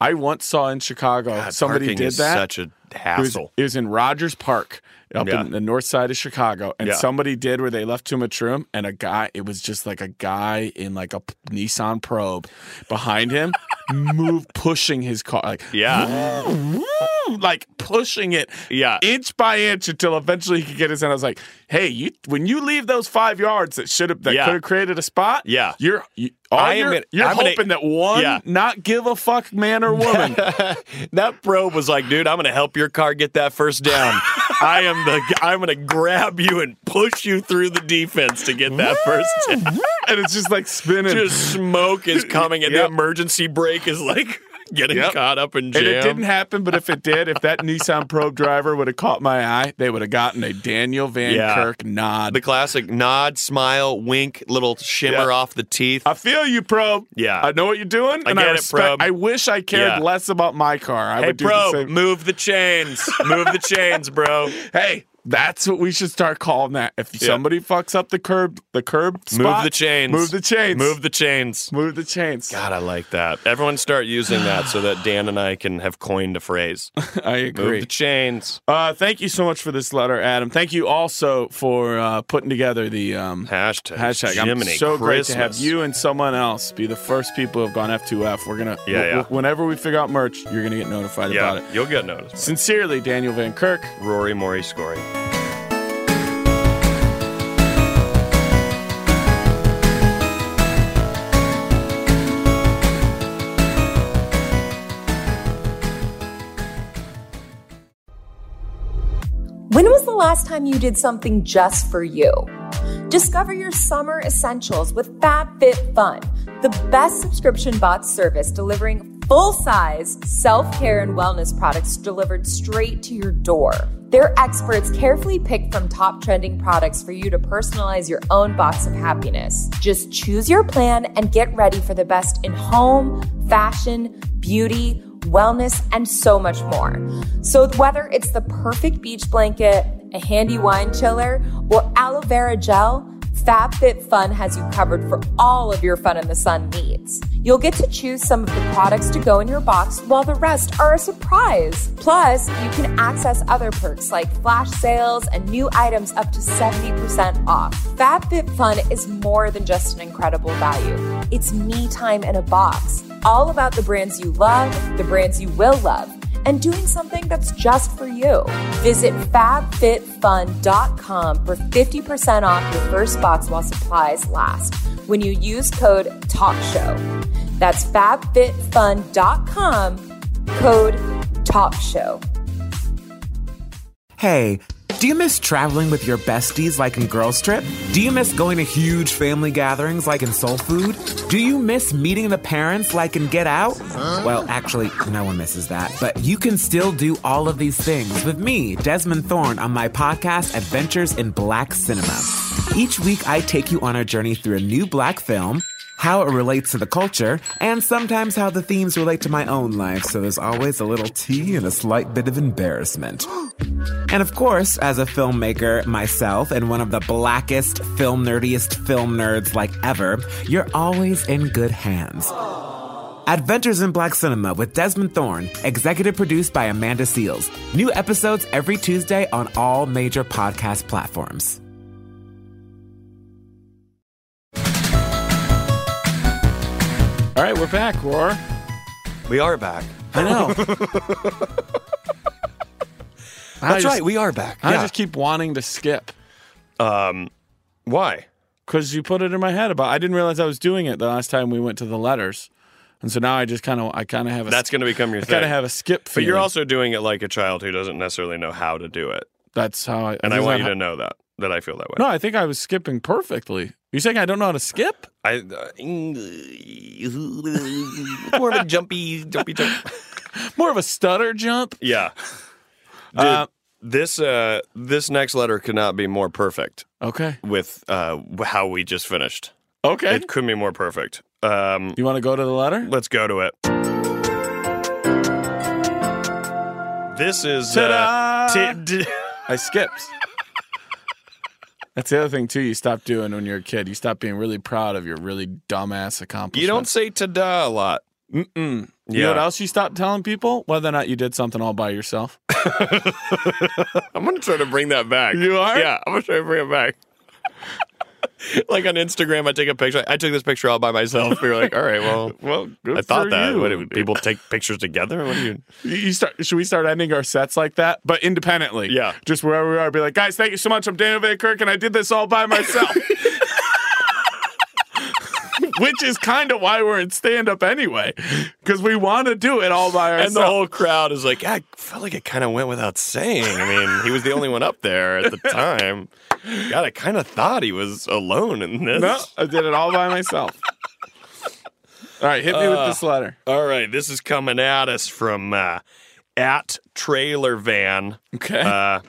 Speaker 2: I once saw in Chicago
Speaker 3: God,
Speaker 2: somebody
Speaker 3: parking
Speaker 2: did
Speaker 3: is
Speaker 2: that.
Speaker 3: Such a
Speaker 2: It was,
Speaker 3: hassle.
Speaker 2: it was in Rogers Park up
Speaker 3: Yeah.
Speaker 2: in the north side of Chicago, and
Speaker 3: Yeah.
Speaker 2: somebody did where they left to a room, and a guy. It was just like a guy in like a p- Nissan Probe behind
Speaker 3: (laughs)
Speaker 2: him, move pushing his car like
Speaker 3: Yeah.
Speaker 2: Mm-hmm. like pushing it
Speaker 3: Yeah.
Speaker 2: inch by inch until eventually he could get his end. I was like, hey, you when you leave those five yards that should have that
Speaker 3: Yeah.
Speaker 2: could have created a spot,
Speaker 3: Yeah.
Speaker 2: you're you, all
Speaker 3: I am
Speaker 2: you're,
Speaker 3: an-
Speaker 2: you're
Speaker 3: I'm an-
Speaker 2: hoping that one
Speaker 3: Yeah.
Speaker 2: not give a fuck man or
Speaker 3: (laughs)
Speaker 2: woman. (laughs)
Speaker 3: that probe was like, dude, I'm gonna help your car get that first down. I am the. I'm gonna grab you and push you through the defense to get that first (laughs) down.
Speaker 2: and it's just like spinning.
Speaker 3: Just smoke is coming, and the
Speaker 2: Yep.
Speaker 3: emergency brake is like (laughs) getting
Speaker 2: Yep.
Speaker 3: caught up in jam.
Speaker 2: and it didn't happen, but if it did, if that (laughs) Nissan Probe driver would have caught my eye, they would have gotten a Daniel Van
Speaker 3: Yeah.
Speaker 2: Kirk nod.
Speaker 3: the classic nod, smile, wink, little shimmer
Speaker 2: Yeah.
Speaker 3: off the teeth.
Speaker 2: I feel you, Probe.
Speaker 3: Yeah.
Speaker 2: I know what you're doing.
Speaker 3: I
Speaker 2: and I
Speaker 3: get it,
Speaker 2: respect,
Speaker 3: Probe.
Speaker 2: I wish I cared
Speaker 3: Yeah.
Speaker 2: less about my car. I
Speaker 3: hey,
Speaker 2: would do the
Speaker 3: bro,
Speaker 2: same.
Speaker 3: move the chains. move the chains, bro. (laughs)
Speaker 2: Hey, that's what we should start calling that. If somebody fucks up the curb, the curb
Speaker 3: Move
Speaker 2: spot,
Speaker 3: the chains.
Speaker 2: Move the chains.
Speaker 3: Move the chains.
Speaker 2: move the chains.
Speaker 3: God, I like that. Everyone start using that so that Dan and I can have coined a (laughs) phrase.
Speaker 2: I
Speaker 3: Move
Speaker 2: agree.
Speaker 3: the chains.
Speaker 2: Uh, thank you so much for this letter, Adam. Thank you also for uh, putting together the um,
Speaker 3: Hashtag.
Speaker 2: hashtag.
Speaker 3: Jiminy
Speaker 2: I'm so great to have
Speaker 3: Christmas.
Speaker 2: you and someone else be the first people who have gone F2F. We're gonna
Speaker 3: Yeah, yeah.
Speaker 2: whenever we figure out merch, you're gonna get notified
Speaker 3: Yeah,
Speaker 2: about it.
Speaker 3: you'll get noticed.
Speaker 2: Sincerely, Daniel Van Kirk.
Speaker 3: Rory Maury scoring.
Speaker 4: When was the last time you did something just for you? Discover your summer essentials with FabFitFun, the best subscription bot service delivering full size self care and wellness products delivered straight to your door. Their experts carefully pick from top trending products for you to personalize your own box of happiness. Just choose your plan and get ready for the best in home, fashion, beauty, wellness, and so much more. So, whether it's the perfect beach blanket, a handy wine chiller, or aloe vera gel, FabFitFun has you covered for all of your fun in the sun needs. You'll get to choose some of the products to go in your box while the rest are a surprise. Plus, you can access other perks like flash sales and new items up to 70% off. FabFitFun is more than just an incredible value. It's me time in a box, all about the brands you love, the brands you will love and doing something that's just for you. Visit fabfitfun.com for 50% off your first box while supplies last when you use code TALKSHOW. That's fabfitfun.com, code TALKSHOW.
Speaker 5: Hey, do you miss traveling with your besties like in Girls Trip? Do you miss going to huge family gatherings like in Soul Food? Do you miss meeting the parents like in Get Out? Well, actually, no one misses that. But you can still do all of these things with me, Desmond Thorne, on my podcast, Adventures in Black Cinema. Each week, I take you on a journey through a new black film how it relates to the culture, and sometimes how the themes relate to my own life, so there's always a little tea and a slight bit of embarrassment. And of course, as a filmmaker myself and one of the blackest, film nerdiest film nerds like ever, you're always in good hands. Adventures in Black Cinema with Desmond Thorne, executive produced by Amanda Seals. New episodes every Tuesday on all major podcast platforms.
Speaker 2: All right, we're back, Roar.
Speaker 3: We are back.
Speaker 2: (laughs) I know.
Speaker 3: That's right. We are back.
Speaker 2: I just keep wanting to skip
Speaker 3: Why?
Speaker 2: because you put it in my head about. I didn't realize I was doing it the last time we went to the letters, and so now I just kind of I kind of have a
Speaker 3: That's going to become your
Speaker 2: I
Speaker 3: thing.
Speaker 2: kind of have a skip.
Speaker 3: but you're
Speaker 2: feeling.
Speaker 3: also doing it like a child who doesn't necessarily know how to do it.
Speaker 2: that's how I
Speaker 3: And I
Speaker 2: that's
Speaker 3: want
Speaker 2: not
Speaker 3: you
Speaker 2: how-
Speaker 3: to know that, that I feel that way.
Speaker 2: No, I think I was skipping perfectly. You're saying I don't know how to skip?
Speaker 3: I uh, (laughs) more of a jumpy, jumpy jump.
Speaker 2: More of a stutter jump. (laughs)
Speaker 3: Yeah, dude.
Speaker 2: Uh,
Speaker 3: this uh, this next letter could not be more perfect
Speaker 2: Okay.
Speaker 3: with uh, how we just finished.
Speaker 2: Okay.
Speaker 3: It couldn't be more perfect. Um,
Speaker 2: you want to go to the letter?
Speaker 3: let's go to it. This is uh,
Speaker 2: Ta-da!
Speaker 3: t- d- (laughs)
Speaker 2: I skipped. That's the other thing too. You stop doing when you're a kid. You stop being really proud of your really dumbass accomplishments.
Speaker 3: you don't say "ta-da" a lot.
Speaker 2: Mm-mm. You know what
Speaker 3: Yeah.
Speaker 2: else you stopped telling people? Whether or not you did something all by yourself.
Speaker 3: I'm gonna try to bring that back.
Speaker 2: You are?
Speaker 3: Yeah, I'm gonna try to bring it back. (laughs) like on Instagram, I take a picture. I took this picture all by myself. We were like, all right, (laughs) well,
Speaker 2: Well, good
Speaker 3: I thought
Speaker 2: for
Speaker 3: that.
Speaker 2: you.
Speaker 3: What, do people take pictures together? What do (laughs) you?
Speaker 2: You- You start. Should we start ending our sets like that, but independently?
Speaker 3: Yeah.
Speaker 2: Just wherever we are, be like, guys, thank you so much. I'm Daniel Van Kirk, and I did this all by
Speaker 3: (laughs)
Speaker 2: myself. Which is kind of why we're in stand up anyway, because we want to do it all by
Speaker 3: And the
Speaker 2: ourselves.
Speaker 3: whole crowd is like, I felt like it kind of went without saying. I mean, he was the only one up there (laughs) at the time. God, I kind of thought he was alone in this.
Speaker 2: no, I did it all by myself. All right, hit me with
Speaker 3: Uh,
Speaker 2: this letter.
Speaker 3: All right, this is coming at us from uh, at
Speaker 2: (laughs)
Speaker 3: Trailer Van.
Speaker 2: Okay.
Speaker 3: Uh,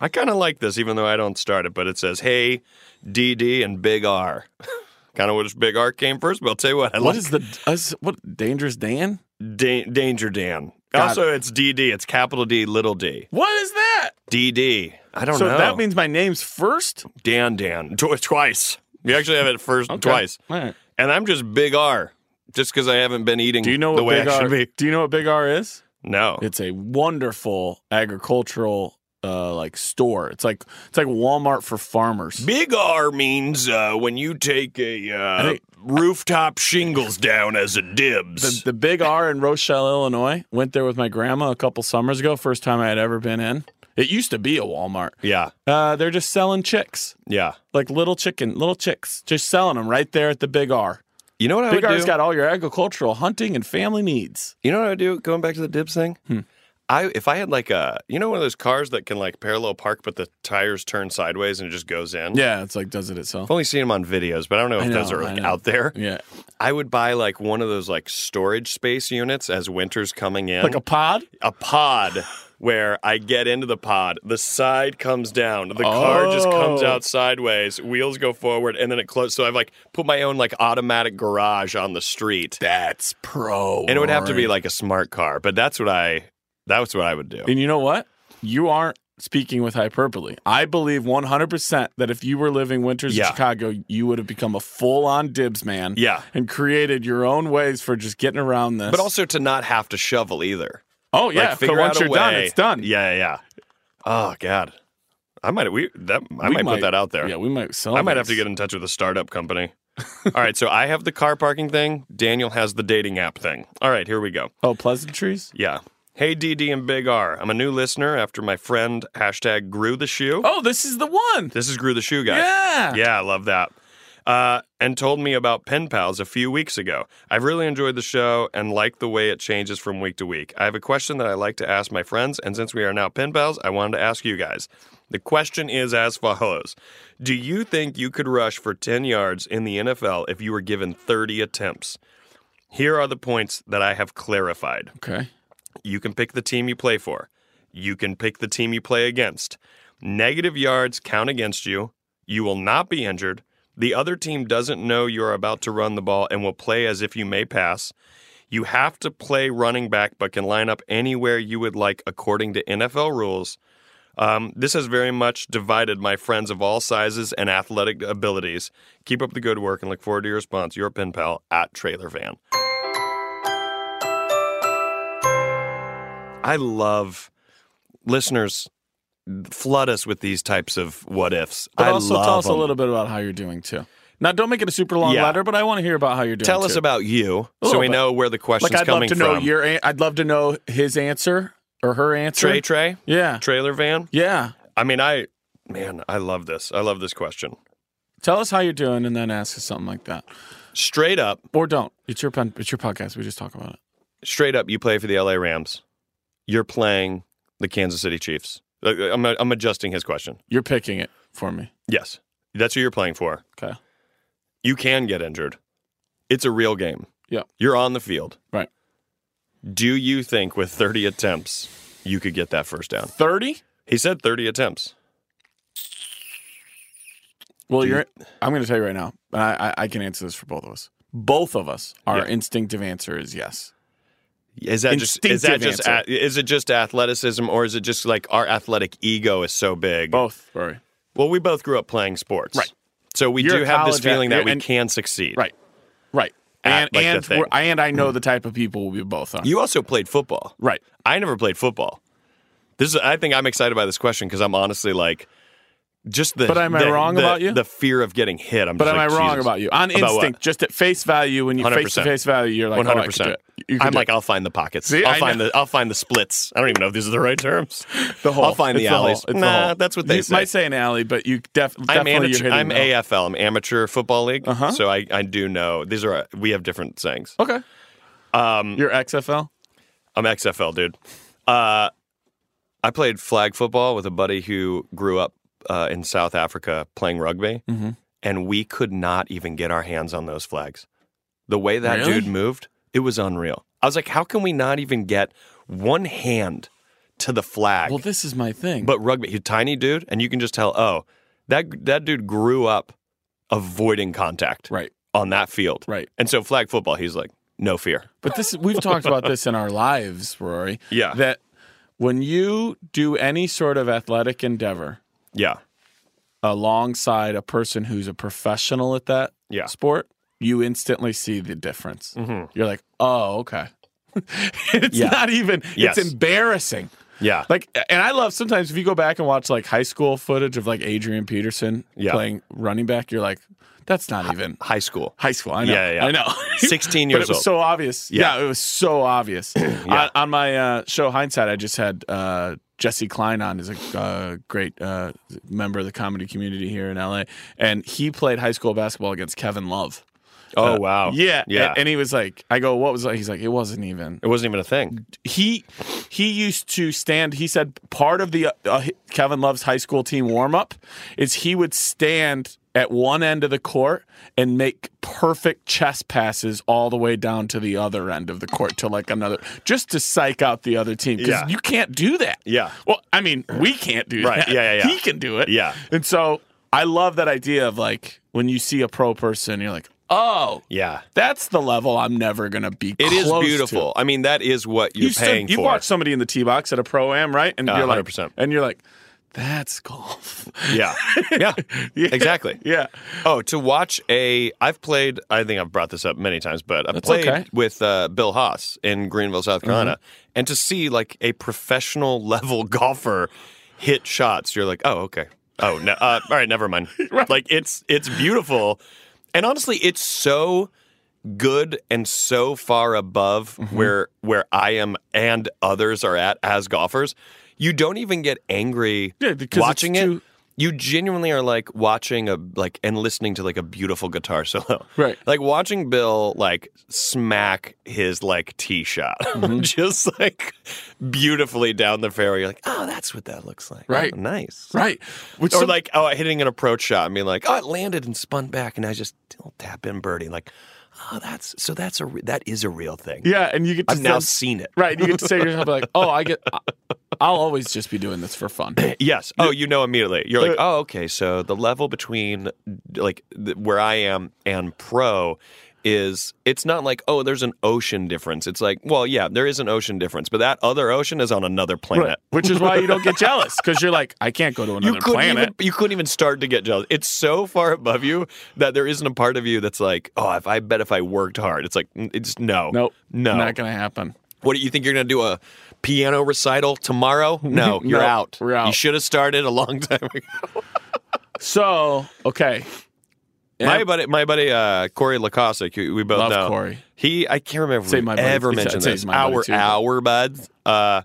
Speaker 3: I kind of like this, even though I don't start it, but it says, Hey, DD and Big R. (laughs) kind of wish Big R came first, but I'll tell you what, I
Speaker 2: what
Speaker 3: like
Speaker 2: is the us? What dangerous Dan?
Speaker 3: da- Danger Dan. also, it's DD, it's capital D, little d.
Speaker 2: What is that?
Speaker 3: DD. I don't
Speaker 2: So
Speaker 3: know.
Speaker 2: that means my name's first.
Speaker 3: Dan Dan. Tw- twice. You actually have it first
Speaker 2: Okay.
Speaker 3: twice. Mm.
Speaker 2: All right.
Speaker 3: And I'm just Big R, just because I haven't been eating
Speaker 2: Do you know
Speaker 3: the
Speaker 2: what
Speaker 3: way
Speaker 2: big
Speaker 3: I
Speaker 2: R?
Speaker 3: should be.
Speaker 2: Do you know what big R is?
Speaker 3: No.
Speaker 2: It's a wonderful agricultural uh like store. It's like it's like Walmart for farmers.
Speaker 3: Big R means uh, when you take a uh,
Speaker 2: think-
Speaker 3: rooftop shingles down as a
Speaker 2: The,
Speaker 3: dibs.
Speaker 2: the big R in Rochelle, Illinois. Went there with my grandma a couple summers ago. First time I had ever been in. It used to be a Walmart.
Speaker 3: yeah,
Speaker 2: Uh, they're just selling chicks,
Speaker 3: yeah.
Speaker 2: like little chicken, little chicks, just selling them right there at the Big R.
Speaker 3: You know what I
Speaker 2: Big
Speaker 3: would
Speaker 2: R's
Speaker 3: do?
Speaker 2: got all your agricultural, hunting, and family needs.
Speaker 3: you know what I would do? Going back to the dibs thing.
Speaker 2: Hmm.
Speaker 3: I if I had like a you know one of those cars that can like parallel park, but the tires turn sideways and it just goes in.
Speaker 2: Yeah, it's like does it itself.
Speaker 3: I've only seen them on videos, but I don't know if
Speaker 2: I
Speaker 3: those
Speaker 2: know,
Speaker 3: are
Speaker 2: I
Speaker 3: like
Speaker 2: know.
Speaker 3: out there.
Speaker 2: Yeah,
Speaker 3: I would buy like one of those like storage space units as winter's coming in.
Speaker 2: like a pod.
Speaker 3: a pod where I get into the pod, the side comes down, the car just comes
Speaker 2: Oh.
Speaker 3: out sideways, wheels go forward, and then it closes. So I've like put my own like automatic garage on the street,
Speaker 2: That's pro.
Speaker 3: and it would have to
Speaker 2: Rory.
Speaker 3: be like a smart car. But that's what I that's what I would do.
Speaker 2: And you know what? You aren't speaking with hyperbole. I believe 100% that if you were living winters
Speaker 3: Yeah.
Speaker 2: in Chicago, you would have become a full on dibs man
Speaker 3: Yeah,
Speaker 2: and created your own ways for just getting around this.
Speaker 3: but also to not have to shovel either.
Speaker 2: oh, yeah.
Speaker 3: like,
Speaker 2: so
Speaker 3: figure
Speaker 2: once
Speaker 3: out a
Speaker 2: you're done,
Speaker 3: way.
Speaker 2: it's done.
Speaker 3: Yeah, yeah, yeah. Oh God, I might we that I
Speaker 2: We
Speaker 3: might, put that out there.
Speaker 2: Yeah, we might sell
Speaker 3: I might have
Speaker 2: this.
Speaker 3: to get in touch with a startup company. All right, so I have the car parking thing. Daniel has the dating app thing. All right, here we go.
Speaker 2: Oh, pleasantries?
Speaker 3: Yeah. Hey, DD and Big R. I'm a new listener after my friend hashtag grew the shoe.
Speaker 2: Oh, this is the one.
Speaker 3: This is grew the shoe guy.
Speaker 2: Yeah.
Speaker 3: Yeah, I love that. Uh, and told me about Pen Pals a few weeks ago. I've really enjoyed the show and like the way it changes from week to week. I have a question that I like to ask my friends, and since we are now Pen Pals, I wanted to ask you guys. The question is as follows Do you think you could rush for 10 yards in the NFL if you were given 30 attempts? Here are the points that I have clarified.
Speaker 2: Okay.
Speaker 3: You can pick the team you play for. You can pick the team you play against. Negative yards count against you. You will not be injured. The other team doesn't know you are about to run the ball and will play as if you may pass. You have to play running back, but can line up anywhere you would like according to NFL rules. Um, this has very much divided my friends of all sizes and athletic abilities. Keep up the good work and look forward to your response. Your pen pal at Trailer Van. I love listeners flood us with these types of what ifs.
Speaker 2: But
Speaker 3: I
Speaker 2: also
Speaker 3: love
Speaker 2: tell us a
Speaker 3: them.
Speaker 2: little bit about how you're doing too. Now, don't make it a super long
Speaker 3: Yeah.
Speaker 2: letter, but I want to hear about how you're doing.
Speaker 3: Tell
Speaker 2: too.
Speaker 3: us about you, so
Speaker 2: little
Speaker 3: we
Speaker 2: bit.
Speaker 3: know where the question's
Speaker 2: like I'd love
Speaker 3: coming
Speaker 2: to know
Speaker 3: from.
Speaker 2: your. An- I'd love to know his answer or her answer.
Speaker 3: Trey Trey
Speaker 2: Yeah.
Speaker 3: trailer van.
Speaker 2: Yeah.
Speaker 3: I mean, I man, I love this. I love this question.
Speaker 2: Tell us how you're doing, and then ask us something like that,
Speaker 3: Straight up,
Speaker 2: or don't. It's your pen, it's your podcast. We just talk about it.
Speaker 3: straight up, you play for the LA Rams. You're playing the Kansas City Chiefs. Uh, I'm, I'm adjusting his question.
Speaker 2: You're picking it for me.
Speaker 3: Yes, that's who you're playing for.
Speaker 2: Okay.
Speaker 3: You can get injured. It's a real game.
Speaker 2: Yeah.
Speaker 3: You're on the field.
Speaker 2: Right.
Speaker 3: Do you think with 30 attempts you could get that first down?
Speaker 2: Thirty.
Speaker 3: He said 30 attempts.
Speaker 2: Well, you're. I'm going to tell you right now, and I, I, I can answer this for both of us. Both of us, our
Speaker 3: Yeah.
Speaker 2: instinctive answer is yes.
Speaker 3: Is that just is that
Speaker 2: Instinctive
Speaker 3: just a,
Speaker 2: answer.
Speaker 3: is it just athleticism or is it just like our athletic ego is so big?
Speaker 2: Both. Rory.
Speaker 3: Well, we both grew up playing sports.
Speaker 2: Right.
Speaker 3: So we
Speaker 2: You're
Speaker 3: do
Speaker 2: a
Speaker 3: have
Speaker 2: college
Speaker 3: this
Speaker 2: ath-
Speaker 3: feeling that
Speaker 2: you're-
Speaker 3: we
Speaker 2: and-
Speaker 3: can succeed.
Speaker 2: Right. Right. and
Speaker 3: at like
Speaker 2: and
Speaker 3: the thing. Mm.
Speaker 2: we're- and I know the type of people we both are.
Speaker 3: you also played football,
Speaker 2: right?
Speaker 3: I never played football. This is, I think I'm excited by this question because I'm honestly like, just the.
Speaker 2: But am I
Speaker 3: the-
Speaker 2: wrong
Speaker 3: the-
Speaker 2: about you?
Speaker 3: The fear of getting hit. I'm
Speaker 2: But
Speaker 3: just
Speaker 2: am I
Speaker 3: like,
Speaker 2: wrong
Speaker 3: Jesus.
Speaker 2: about you? On
Speaker 3: About what?
Speaker 2: instinct, just at face value, when you face to
Speaker 3: 100%.
Speaker 2: face value, you're like,
Speaker 3: One
Speaker 2: oh, I
Speaker 3: hundred
Speaker 2: could do
Speaker 3: percent.
Speaker 2: it. You could
Speaker 3: I'm
Speaker 2: do
Speaker 3: like,
Speaker 2: it.
Speaker 3: I'll find the pockets.
Speaker 2: See, I
Speaker 3: I'll find
Speaker 2: know.
Speaker 3: the I'll find the splits. I don't even know if these are the right terms.
Speaker 2: (laughs) the hole.
Speaker 3: I'll find
Speaker 2: It's
Speaker 3: the alleys.
Speaker 2: hole. It's the
Speaker 3: Nah,
Speaker 2: hole.
Speaker 3: that's what they
Speaker 2: you
Speaker 3: say.
Speaker 2: might say an alley, but you def-
Speaker 3: I'm
Speaker 2: definitely
Speaker 3: amateur.
Speaker 2: you're hitting
Speaker 3: I'm
Speaker 2: the hole.
Speaker 3: AFL. I'm amateur football league.
Speaker 2: Uh-huh.
Speaker 3: So I, I do know these are we have different sayings.
Speaker 2: Okay. Um, Your XFL?
Speaker 3: I'm XFL, dude. Uh, I played flag football with a buddy who grew up uh, in South Africa playing rugby,
Speaker 2: Mm-hmm.
Speaker 3: and we could not even get our hands on those flags. The way that
Speaker 2: Really?
Speaker 3: dude moved, it was unreal. I was like, how can we not even get one hand to the flag?
Speaker 2: Well, this is my thing.
Speaker 3: But rugby, he's a tiny dude, and you can just tell, oh, that that dude grew up avoiding contact
Speaker 2: right,
Speaker 3: on that field.
Speaker 2: right.
Speaker 3: And so flag football, he's like, no fear.
Speaker 2: But this we've talked about this in our lives, Rory.
Speaker 3: (laughs) Yeah.
Speaker 2: That when you do any sort of athletic endeavor
Speaker 3: Yeah.
Speaker 2: alongside a person who's a professional at that
Speaker 3: Yeah.
Speaker 2: sport, you instantly see the difference.
Speaker 3: Mhm.
Speaker 2: You're like, oh, okay. (laughs) it's
Speaker 3: Yeah.
Speaker 2: not even
Speaker 3: Yes.
Speaker 2: it's embarrassing.
Speaker 3: Yeah.
Speaker 2: Like, and I love sometimes if you go back and watch like high school footage of like Adrian Peterson
Speaker 3: Yeah.
Speaker 2: playing running back, you're like, that's not even
Speaker 3: High school.
Speaker 2: high school. I know.
Speaker 3: Yeah, yeah.
Speaker 2: I
Speaker 3: (laughs)
Speaker 2: know.
Speaker 3: 16
Speaker 2: but
Speaker 3: years
Speaker 2: it was
Speaker 3: old.
Speaker 2: so obvious. Yeah.
Speaker 3: Yeah.
Speaker 2: it was so
Speaker 3: (clears throat)
Speaker 2: obvious. on, on my uh, show Hindsight, I just had uh, Jesse Klein on, is a uh, great uh, member of the comedy community here in LA, and he played high school basketball against Kevin Love.
Speaker 3: Oh wow.
Speaker 2: Yeah,
Speaker 3: Yeah.
Speaker 2: And, and he was like, I go, what was that? He's like, it wasn't even
Speaker 3: it wasn't even a thing.
Speaker 2: he he used to stand he said part of the uh, uh, Kevin Love's high school team warm up is he would stand at one end of the court and make perfect chess passes all the way down to the other end of the court to like another just to psych out the other team cuz
Speaker 3: Yeah.
Speaker 2: you can't do that.
Speaker 3: Yeah.
Speaker 2: Well, I mean, we can't do
Speaker 3: Right.
Speaker 2: that.
Speaker 3: Yeah, yeah, yeah.
Speaker 2: He can do it.
Speaker 3: Yeah.
Speaker 2: And so I love that idea of like when you see a pro person you're like, "Oh,
Speaker 3: Yeah.
Speaker 2: that's the level I'm never going to be
Speaker 3: It is
Speaker 2: close to."
Speaker 3: beautiful. I mean, that is what you're
Speaker 2: you stood-
Speaker 3: paying
Speaker 2: you
Speaker 3: for.
Speaker 2: watched somebody in the tee box at a pro am, right? And
Speaker 3: Uh,
Speaker 2: you're like,
Speaker 3: 100%.
Speaker 2: and you're like, that's golf. (laughs)
Speaker 3: (laughs) Yeah. Yeah.
Speaker 2: Yeah.
Speaker 3: Exactly.
Speaker 2: yeah.
Speaker 3: Oh, to watch a I've played I think I've brought this up many times, but I've
Speaker 2: That's
Speaker 3: played
Speaker 2: okay. Mm-hmm.
Speaker 3: with uh, Bill Haas in Greenville, South Carolina. And to see like a professional (laughs) level golfer hit shots, you're like, "Oh, okay. Oh, no. Uh, all right,
Speaker 2: (laughs)
Speaker 3: never mind." Like it's it's beautiful. And honestly, it's so good and so far above
Speaker 2: Mm-hmm.
Speaker 3: where where I am and others are at as golfers. You don't even get angry
Speaker 2: Yeah, because it's
Speaker 3: watching it
Speaker 2: too-
Speaker 3: you genuinely are like watching a like and listening to like a beautiful guitar (laughs) solo.
Speaker 2: Right.
Speaker 3: Like watching Bill like smack his like tee (laughs) shot
Speaker 2: Mm-hmm.
Speaker 3: just like beautifully down the fairway. You're like, oh, that's what that looks like.
Speaker 2: Right.
Speaker 3: Oh, nice.
Speaker 2: Right. Which
Speaker 3: Or
Speaker 2: some-
Speaker 3: like, oh, hitting an approach shot and being like, oh, it landed and spun back, and I just don't tap in birdie. Like, oh, that's so that's a re- that is a real thing.
Speaker 2: yeah, and you get to
Speaker 3: I've now
Speaker 2: send-
Speaker 3: seen it.
Speaker 2: right. You get to say to yourself like, oh, I get, I- I'll always just be doing this for (clears throat) fun.
Speaker 3: Yes. Oh, you know immediately. You're like,
Speaker 2: Uh,
Speaker 3: oh, okay. So the level between like th- where I am and pro is it's not like oh there's an ocean difference it's like well yeah there is an ocean difference but that other ocean is on another planet
Speaker 2: Right. Which is why you don't (laughs) get jealous because you're like, I can't go to
Speaker 3: you
Speaker 2: another
Speaker 3: couldn't
Speaker 2: planet.
Speaker 3: even you couldn't even start to get jealous it's so far above you that there isn't a part of you that's like oh if i bet if i worked hard it's like n- it's no
Speaker 2: nope.
Speaker 3: no
Speaker 2: Not gonna happen.
Speaker 3: what do you think you're going to do a piano recital tomorrow
Speaker 2: (laughs)
Speaker 3: no you're
Speaker 2: No,
Speaker 3: out
Speaker 2: we're out.
Speaker 3: you should have started a long (laughs) time ago
Speaker 2: So okay,
Speaker 3: My
Speaker 2: Yeah.
Speaker 3: buddy, my buddy uh, Corey Lacosic, who we both
Speaker 2: Love
Speaker 3: know.
Speaker 2: Corey.
Speaker 3: He, I can't remember if
Speaker 2: Say
Speaker 3: we
Speaker 2: my buddy.
Speaker 3: ever
Speaker 2: It's-
Speaker 3: mentioned
Speaker 2: it's- it's
Speaker 3: this.
Speaker 2: my buddy
Speaker 3: Our
Speaker 2: too.
Speaker 3: our buds. Uh,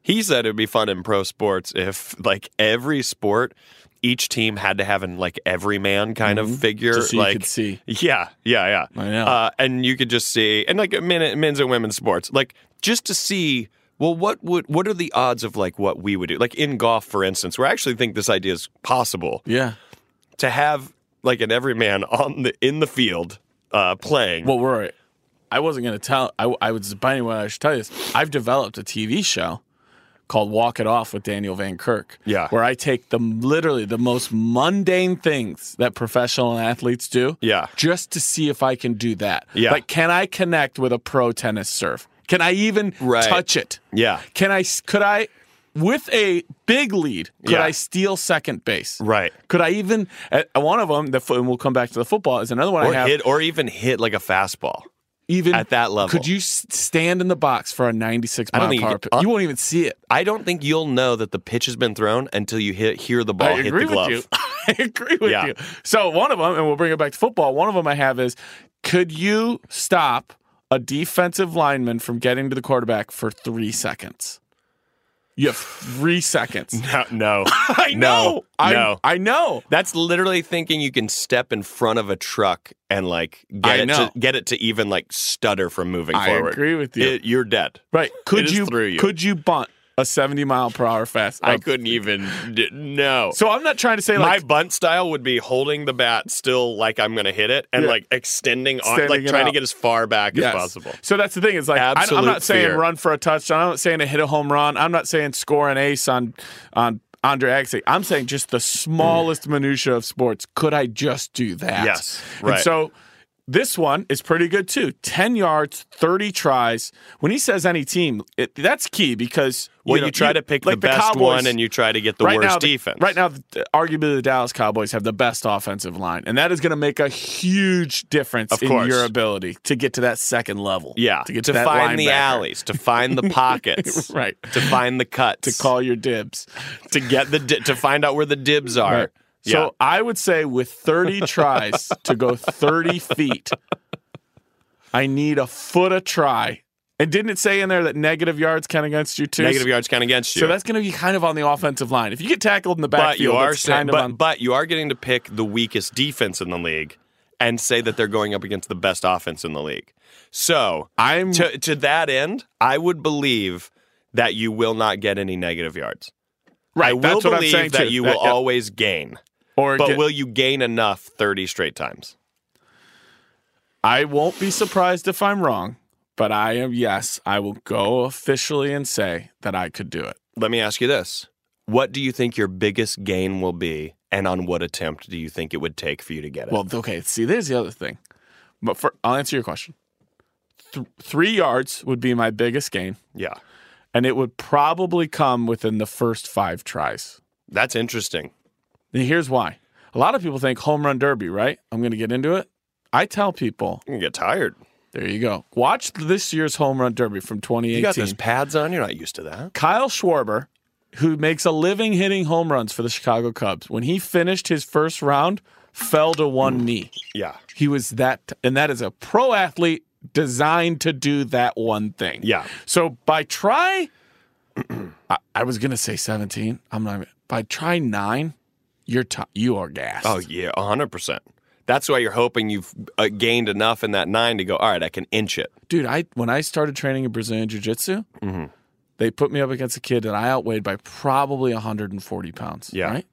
Speaker 3: he said it'd be fun in pro sports if like every sport, each team had to have an like every man kind of figure.
Speaker 2: Mm-hmm. Just so you
Speaker 3: like
Speaker 2: could see.
Speaker 3: Yeah, yeah, yeah.
Speaker 2: I know.
Speaker 3: Uh, and you could just see and like men, men's and women's sports, like just to see. Well, what would what are the odds of like what we would do? Like in golf, for instance, where I actually think this idea is possible
Speaker 2: yeah.
Speaker 3: to have like an everyman on the in the field uh, playing.
Speaker 2: Well, Rory, I wasn't going to tell. I, I was debating whether I should tell you this. I've developed a TV show called Walk It Off with Daniel Van Kirk.
Speaker 3: Yeah.
Speaker 2: Where I take the literally the most mundane things that professional athletes do.
Speaker 3: Yeah.
Speaker 2: Just to see if I can do that.
Speaker 3: Yeah.
Speaker 2: Like, can I connect with a pro tennis serve? Can I even
Speaker 3: Right.
Speaker 2: touch it?
Speaker 3: yeah,
Speaker 2: Can I? Could I? with a big lead, could
Speaker 3: Yeah.
Speaker 2: I steal second base?
Speaker 3: Right.
Speaker 2: Could I even uh, one of them? The fo- and we'll come back to the football. Is another one
Speaker 3: or
Speaker 2: I have.
Speaker 3: hit, or even hit like a fastball.
Speaker 2: even
Speaker 3: at that level.
Speaker 2: could you s- stand in the box for a 96
Speaker 3: I
Speaker 2: mile
Speaker 3: don't think you
Speaker 2: power
Speaker 3: get-
Speaker 2: pitch? you won't even see it.
Speaker 3: I don't think you'll know that the pitch has been thrown until you hit, hear the ball
Speaker 2: I
Speaker 3: hit
Speaker 2: agree
Speaker 3: the
Speaker 2: with
Speaker 3: glove.
Speaker 2: you.
Speaker 3: (laughs)
Speaker 2: I agree with
Speaker 3: Yeah.
Speaker 2: you. So one of them, and we'll bring it back to football. One of them I have is: Could you stop a defensive lineman from getting to the quarterback for three seconds? You have
Speaker 3: (laughs)
Speaker 2: three seconds.
Speaker 3: No, (laughs) no.
Speaker 2: I know. I,
Speaker 3: no.
Speaker 2: I know.
Speaker 3: That's literally thinking you can step in front of a truck and like
Speaker 2: I
Speaker 3: get it
Speaker 2: know.
Speaker 3: to get it to even like stutter from moving
Speaker 2: I
Speaker 3: forward.
Speaker 2: agree with you.
Speaker 3: It- you're dead.
Speaker 2: Right? Could
Speaker 3: is
Speaker 2: you,
Speaker 3: through you.
Speaker 2: Could you bunt a 70 mile per hour fast?
Speaker 3: I
Speaker 2: uh,
Speaker 3: couldn't even. d- No.
Speaker 2: So I'm not trying to say like
Speaker 3: my bunt style would be holding the bat still like I'm going to hit it and
Speaker 2: Yeah.
Speaker 3: like extending on,
Speaker 2: Extending
Speaker 3: like
Speaker 2: it
Speaker 3: trying to
Speaker 2: out.
Speaker 3: get as far back
Speaker 2: Yes.
Speaker 3: as possible.
Speaker 2: So that's the thing. It's like I, am
Speaker 3: Absolute
Speaker 2: not saying
Speaker 3: fear.
Speaker 2: run for a touchdown. I'm not saying to hit a home run. I'm not saying score an ace on on Andre Agassi. I'm saying just the smallest minutia of sports. Could I just do that?
Speaker 3: Yes.
Speaker 2: And
Speaker 3: Right.
Speaker 2: so this one is pretty good too. Ten yards, thirty tries. When he says any team, it, that's key because
Speaker 3: Well, you,
Speaker 2: know,
Speaker 3: try to pick
Speaker 2: like
Speaker 3: the best
Speaker 2: Cowboys-
Speaker 3: one and you try to get the worst
Speaker 2: now, the-
Speaker 3: defense.
Speaker 2: Right now, the- arguably the Dallas Cowboys have the best offensive line, and that is going to make a huge difference
Speaker 3: Of
Speaker 2: in
Speaker 3: course.
Speaker 2: your ability to get to that second level.
Speaker 3: Yeah.
Speaker 2: to get to,
Speaker 3: to
Speaker 2: that
Speaker 3: find the
Speaker 2: linebacker.
Speaker 3: alleys, to
Speaker 2: (laughs)
Speaker 3: find the pockets,
Speaker 2: Right.
Speaker 3: to find the cuts,
Speaker 2: to call your dibs.
Speaker 3: (laughs) to get the di- to find out where the dibs are.
Speaker 2: Right. So
Speaker 3: Yeah.
Speaker 2: I would say with
Speaker 3: (laughs)
Speaker 2: 30 tries to go 30 feet, I need a foot a try. And didn't it say in there that negative yards count against you too?
Speaker 3: negative yards count against you.
Speaker 2: So that's going to be kind of on the offensive line. If you get tackled in the
Speaker 3: but
Speaker 2: backfield,
Speaker 3: you are
Speaker 2: that's
Speaker 3: saying-
Speaker 2: kind of
Speaker 3: but,
Speaker 2: on
Speaker 3: but you are getting to pick the weakest defense in the league and say that they're going up against the best offense in the league. So
Speaker 2: I'm
Speaker 3: to to that end, I would believe that you will not get any negative yards.
Speaker 2: right.
Speaker 3: I will
Speaker 2: that's what I'm
Speaker 3: believe
Speaker 2: saying
Speaker 3: that
Speaker 2: too.
Speaker 3: you will
Speaker 2: yeah.
Speaker 3: always gain.
Speaker 2: or
Speaker 3: But
Speaker 2: get-
Speaker 3: will you gain enough 30 straight times?
Speaker 2: I won't be surprised if I'm wrong, but I am, yes, I will go officially and say that I could do it.
Speaker 3: Let me ask you this. What do you think your biggest gain will be and on what attempt do you think it would take for you to get it?
Speaker 2: Well, okay, see, there's the other thing. But for, I'll answer your question. Th- three yards would be my biggest gain,
Speaker 3: yeah.
Speaker 2: and it would probably come within the first five tries.
Speaker 3: That's interesting.
Speaker 2: And here's why. A lot of people think home run derby, right? I'm going to get into it. I tell people,
Speaker 3: You get tired.
Speaker 2: there you go. Watch this year's home run derby from 2018.
Speaker 3: You got those pads on, you're not used to that.
Speaker 2: Kyle Schwarber, who makes a living hitting home runs for the Chicago Cubs, when he finished his first round, fell to one knee.
Speaker 3: Yeah.
Speaker 2: He was that, and that is a pro athlete designed to do that one thing.
Speaker 3: Yeah.
Speaker 2: So by try, (clears throat) I, I was gonna say seventeen. I'm not. By try nine, you're t- you are gassed.
Speaker 3: Oh yeah, hundred percent. That's why you're hoping you've uh, gained enough in that nine to go. All right, I can inch it.
Speaker 2: dude, I when I started training in Brazilian Jiu Jitsu,
Speaker 3: Mm-hmm.
Speaker 2: they put me up against a kid that I outweighed by probably 140 pounds.
Speaker 3: Yeah.
Speaker 2: Right.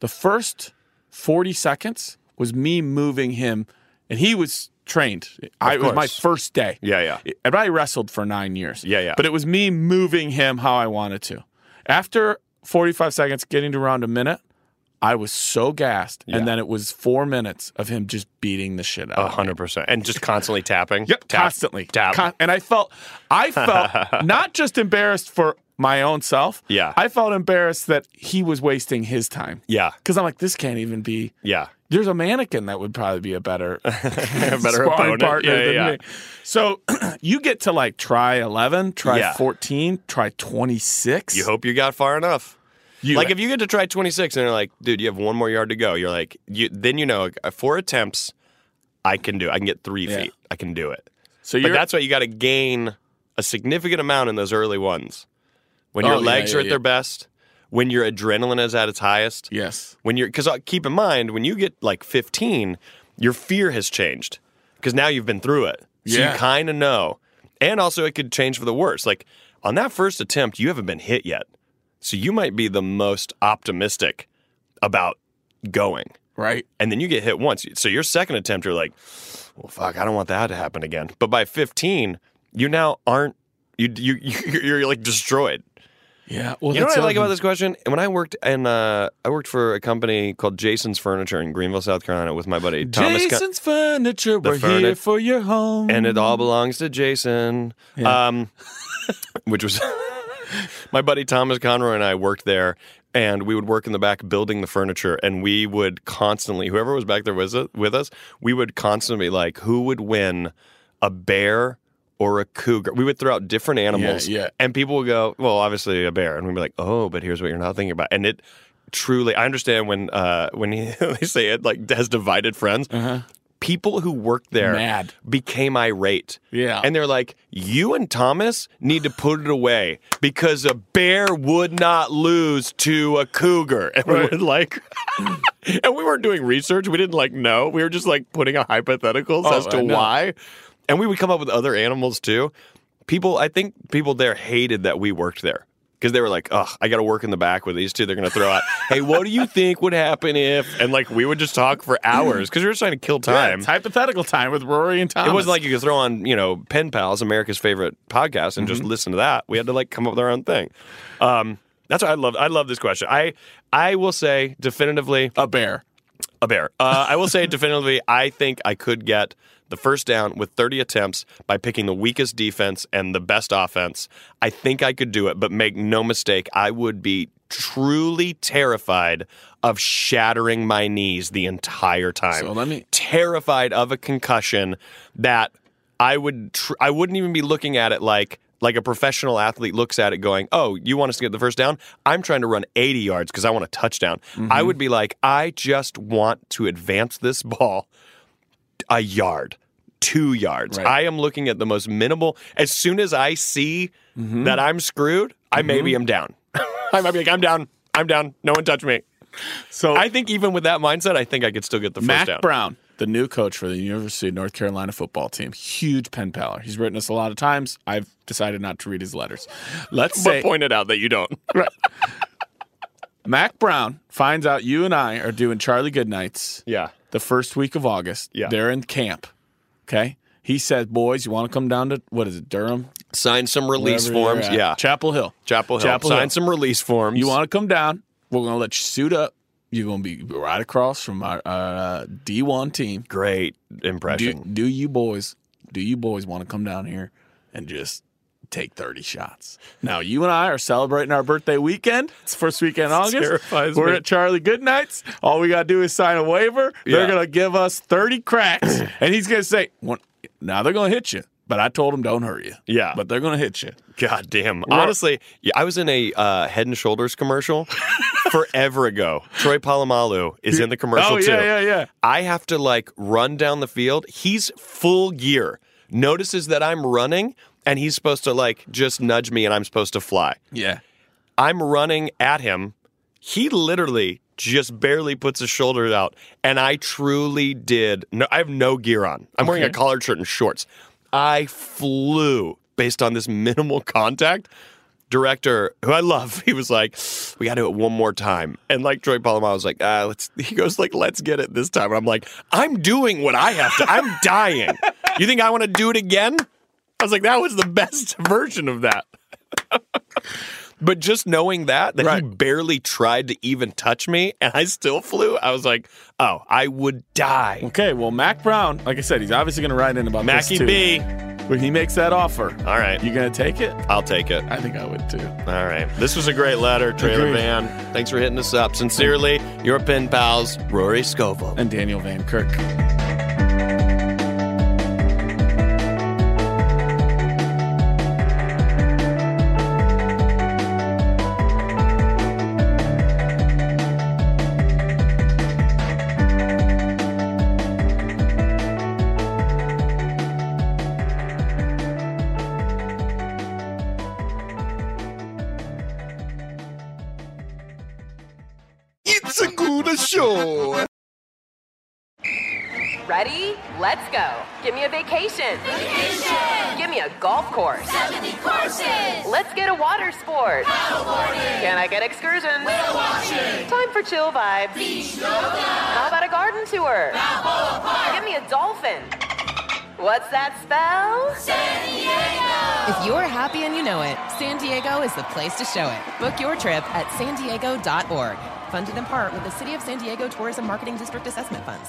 Speaker 2: The first 40 seconds was me moving him, and he was trained. I, it was my
Speaker 3: course.
Speaker 2: first day.
Speaker 3: Yeah, yeah.
Speaker 2: And I wrestled for nine years.
Speaker 3: Yeah, yeah.
Speaker 2: But it was me moving him how I wanted to. After 45 seconds, getting to around a minute, I was so gassed.
Speaker 3: Yeah.
Speaker 2: And then it was four minutes of him just beating the shit out of me.
Speaker 3: hundred percent, and just constantly tapping.
Speaker 2: Yep,
Speaker 3: Tap,
Speaker 2: constantly.
Speaker 3: tap.
Speaker 2: Con- and I felt, I
Speaker 3: (laughs)
Speaker 2: felt not just embarrassed for my own self.
Speaker 3: Yeah.
Speaker 2: I felt embarrassed that he was wasting his time.
Speaker 3: yeah,
Speaker 2: Because I'm like, this can't even be.
Speaker 3: yeah.
Speaker 2: There's a mannequin that would probably be a
Speaker 3: (laughs)
Speaker 2: better, better
Speaker 3: opponent.
Speaker 2: partner
Speaker 3: Yeah, yeah,
Speaker 2: than
Speaker 3: yeah.
Speaker 2: me. So (clears throat) you get to like try 11, try
Speaker 3: Yeah.
Speaker 2: 14, try 26.
Speaker 3: You hope you got far enough.
Speaker 2: You-
Speaker 3: like if you get to try twenty six, and they're like, "Dude, you have one more yard to go." You're like, "You." Then you know, uh, four attempts, I can do. it. I can get three
Speaker 2: Yeah.
Speaker 3: feet. I can do it.
Speaker 2: so
Speaker 3: But
Speaker 2: you're,
Speaker 3: that's why you got to gain a significant amount in those early ones when your
Speaker 2: Oh, yeah,
Speaker 3: legs
Speaker 2: yeah,
Speaker 3: are at
Speaker 2: yeah.
Speaker 3: their best, when your adrenaline is at its highest.
Speaker 2: yes.
Speaker 3: when you're because keep in mind when you get like 15 your fear has changed because now you've been through it so
Speaker 2: Yeah.
Speaker 3: you kind of know and also it could change for the worse like on that first attempt you haven't been hit yet so you might be the most optimistic about going
Speaker 2: Right.
Speaker 3: and then you get hit once so your second attempt you're like well fuck i don't want that to happen again but by 15 you now aren't you you (laughs) you're, you're like destroyed
Speaker 2: Yeah. Well,
Speaker 3: you know
Speaker 2: that's um,
Speaker 3: what I like
Speaker 2: the
Speaker 3: about
Speaker 2: other
Speaker 3: this question? And When I worked in, uh, I worked for a company called Jason's Furniture in Greenville, South Carolina, with my buddy Thomas. Gun-
Speaker 2: Jason's furniture,
Speaker 3: The
Speaker 2: we're here
Speaker 3: furni-
Speaker 2: for your home.
Speaker 3: and it all belongs to Jason.
Speaker 2: Mm-hmm. Yeah.
Speaker 3: Um, which was (laughs) My buddy Thomas Conroy and I worked there, and we would work in the back building the furniture, and we would constantly, whoever was back there with us, with us we would constantly be like, who would win a bear or a cougar? We would throw out different animals,
Speaker 2: yeah.
Speaker 3: and people would go, well, obviously a bear, and we'd be like, oh, but here's what you're not thinking about, and it. Truly, I understand when uh, when he, (laughs) they say it like has divided friends. People who worked there
Speaker 2: Uh-huh. Mad.
Speaker 3: became irate.
Speaker 2: Yeah.
Speaker 3: And they're like, you and Thomas need to put it away because a bear would not lose to a cougar. And we were like, (laughs) and we weren't doing research. We didn't like know. We were just like putting a hypotheticals
Speaker 2: Oh,
Speaker 3: as to
Speaker 2: I know.
Speaker 3: why. And we would come up with other animals too. People, I think people there hated that we worked there. Because they were like, "Ugh, I got to work in the back with these two. They're gonna throw out. hey, what do you think would happen if?" And like, we would just talk for hours because we were trying to kill
Speaker 2: Yeah,
Speaker 3: time.
Speaker 2: it's hypothetical time with Rory and Thomas.
Speaker 3: It wasn't like you could throw on, you know, Pen Pals, America's favorite podcast, and just
Speaker 2: Mm-hmm.
Speaker 3: listen to that. We had to like come up with our own thing. Um, that's why I love I love this question. I I will say definitively
Speaker 2: a bear.
Speaker 3: a bear. Uh, I will say (laughs) definitively I think I could get the first down with 30 attempts by picking the weakest defense and the best offense. I think I could do it, but make no mistake, I would be truly terrified of shattering my knees the entire time
Speaker 2: So let me-
Speaker 3: terrified of a concussion that I would tr- I wouldn't even be looking at it like like a professional athlete looks at it going, "Oh, you want us to get the first down? I'm trying to run 80 yards because I want a touchdown." I
Speaker 2: Mm-hmm.
Speaker 3: would be like, "I just want to advance this ball a yard, 2 yards.
Speaker 2: Right.
Speaker 3: I am looking at the most minimal as soon as I see
Speaker 2: Mm-hmm.
Speaker 3: that I'm screwed, I maybe am down. (laughs) I might be like, "I'm down. I'm down. No one touch me."
Speaker 2: So
Speaker 3: I think even with that mindset, I think I could still get the first
Speaker 2: Mac
Speaker 3: down.
Speaker 2: Brown, the new coach for the University of North Carolina football team, huge pen paler. He's written us a lot of times. I've decided not to read his letters. Let's
Speaker 3: but
Speaker 2: say
Speaker 3: pointed out that you don't.
Speaker 2: right. Mac Brown finds out you and I are doing Charlie Goodnights
Speaker 3: Yeah.
Speaker 2: the first week of August.
Speaker 3: Yeah.
Speaker 2: They're in camp. Okay. He says, boys, you want to come down to what is it, Durham?
Speaker 3: Sign some release
Speaker 2: Wherever you're
Speaker 3: forms.
Speaker 2: at.
Speaker 3: Yeah.
Speaker 2: Chapel Hill.
Speaker 3: Chapel Hill.
Speaker 2: Chapel
Speaker 3: Sign
Speaker 2: Hill.
Speaker 3: some release forms.
Speaker 2: You want to come down? We're gonna let you suit up. You're gonna be right across from our, our uh, D1 team.
Speaker 3: great
Speaker 2: Do,
Speaker 3: impression.
Speaker 2: do you boys? Do you boys want to come down here and just take 30 shots? Now you and I are celebrating our birthday weekend. It's the first
Speaker 3: (laughs)
Speaker 2: weekend in August.
Speaker 3: terrifies
Speaker 2: We're
Speaker 3: me.
Speaker 2: at Charlie Goodnight's. All we gotta do is sign a waiver.
Speaker 3: Yeah.
Speaker 2: They're gonna give us 30
Speaker 3: (clears throat)
Speaker 2: cracks, and he's gonna say, "One- "Now they're gonna hit you." But I told them, "Don't hurt you."
Speaker 3: Yeah.
Speaker 2: But they're gonna hit you.
Speaker 3: God damn. Honestly, yeah, I was in a uh, Head and Shoulders commercial (laughs) forever ago. Troy Polamalu is in the commercial
Speaker 2: oh
Speaker 3: too.
Speaker 2: yeah, yeah, yeah.
Speaker 3: I have to like run down the field. He's full gear. Notices that I'm running and he's supposed to like just nudge me and I'm supposed to fly.
Speaker 2: Yeah.
Speaker 3: I'm running at him. He literally just barely puts his shoulder out, and I truly did. No, I have no gear on. I'm wearing a collared shirt and shorts. I flew based on this (laughs) minimal contact. Director, who I love, (laughs) he was like, "We got to do it one more time." And like Troy Polamalu was like, "Ah, let's." (laughs) He goes like, "Let's get it this time." And I'm like, "I'm doing what I have to.
Speaker 2: (laughs)
Speaker 3: I'm dying. You think I want to do it again?" I was like, "That was the best (laughs) version of that." But just knowing that, that he
Speaker 2: Right.
Speaker 3: barely tried to even touch me and I still flew, I was like, oh, I would die.
Speaker 2: Okay, well, Mac Brown, like I said, he's obviously going to write in about this
Speaker 3: Mackie
Speaker 2: too.
Speaker 3: B.
Speaker 2: When he makes that offer,
Speaker 3: All right.
Speaker 2: you going to take it?
Speaker 3: I'll take it.
Speaker 2: I think I would too.
Speaker 3: All right. This was a great letter, Trailer
Speaker 2: Agreed.
Speaker 3: Van. Thanks for hitting us up. Sincerely, your pen pals, Rory Scovel.
Speaker 2: And Daniel Van Kirk.
Speaker 6: It's a good show.
Speaker 7: Ready? Let's go. Give me a vacation. Vacation. Give me a golf course. 70 courses. Let's get a water sport. Can I get excursions? Whale watching. Time for chill vibes. Beach yoga. How about a garden tour? Balboa Park. Give me a dolphin. What's that spell?
Speaker 8: If you're happy and you know it, San Diego is the place to show it. Book your trip at san diego.org. Funded in part with the City of San Diego Tourism Marketing District Assessment Funds.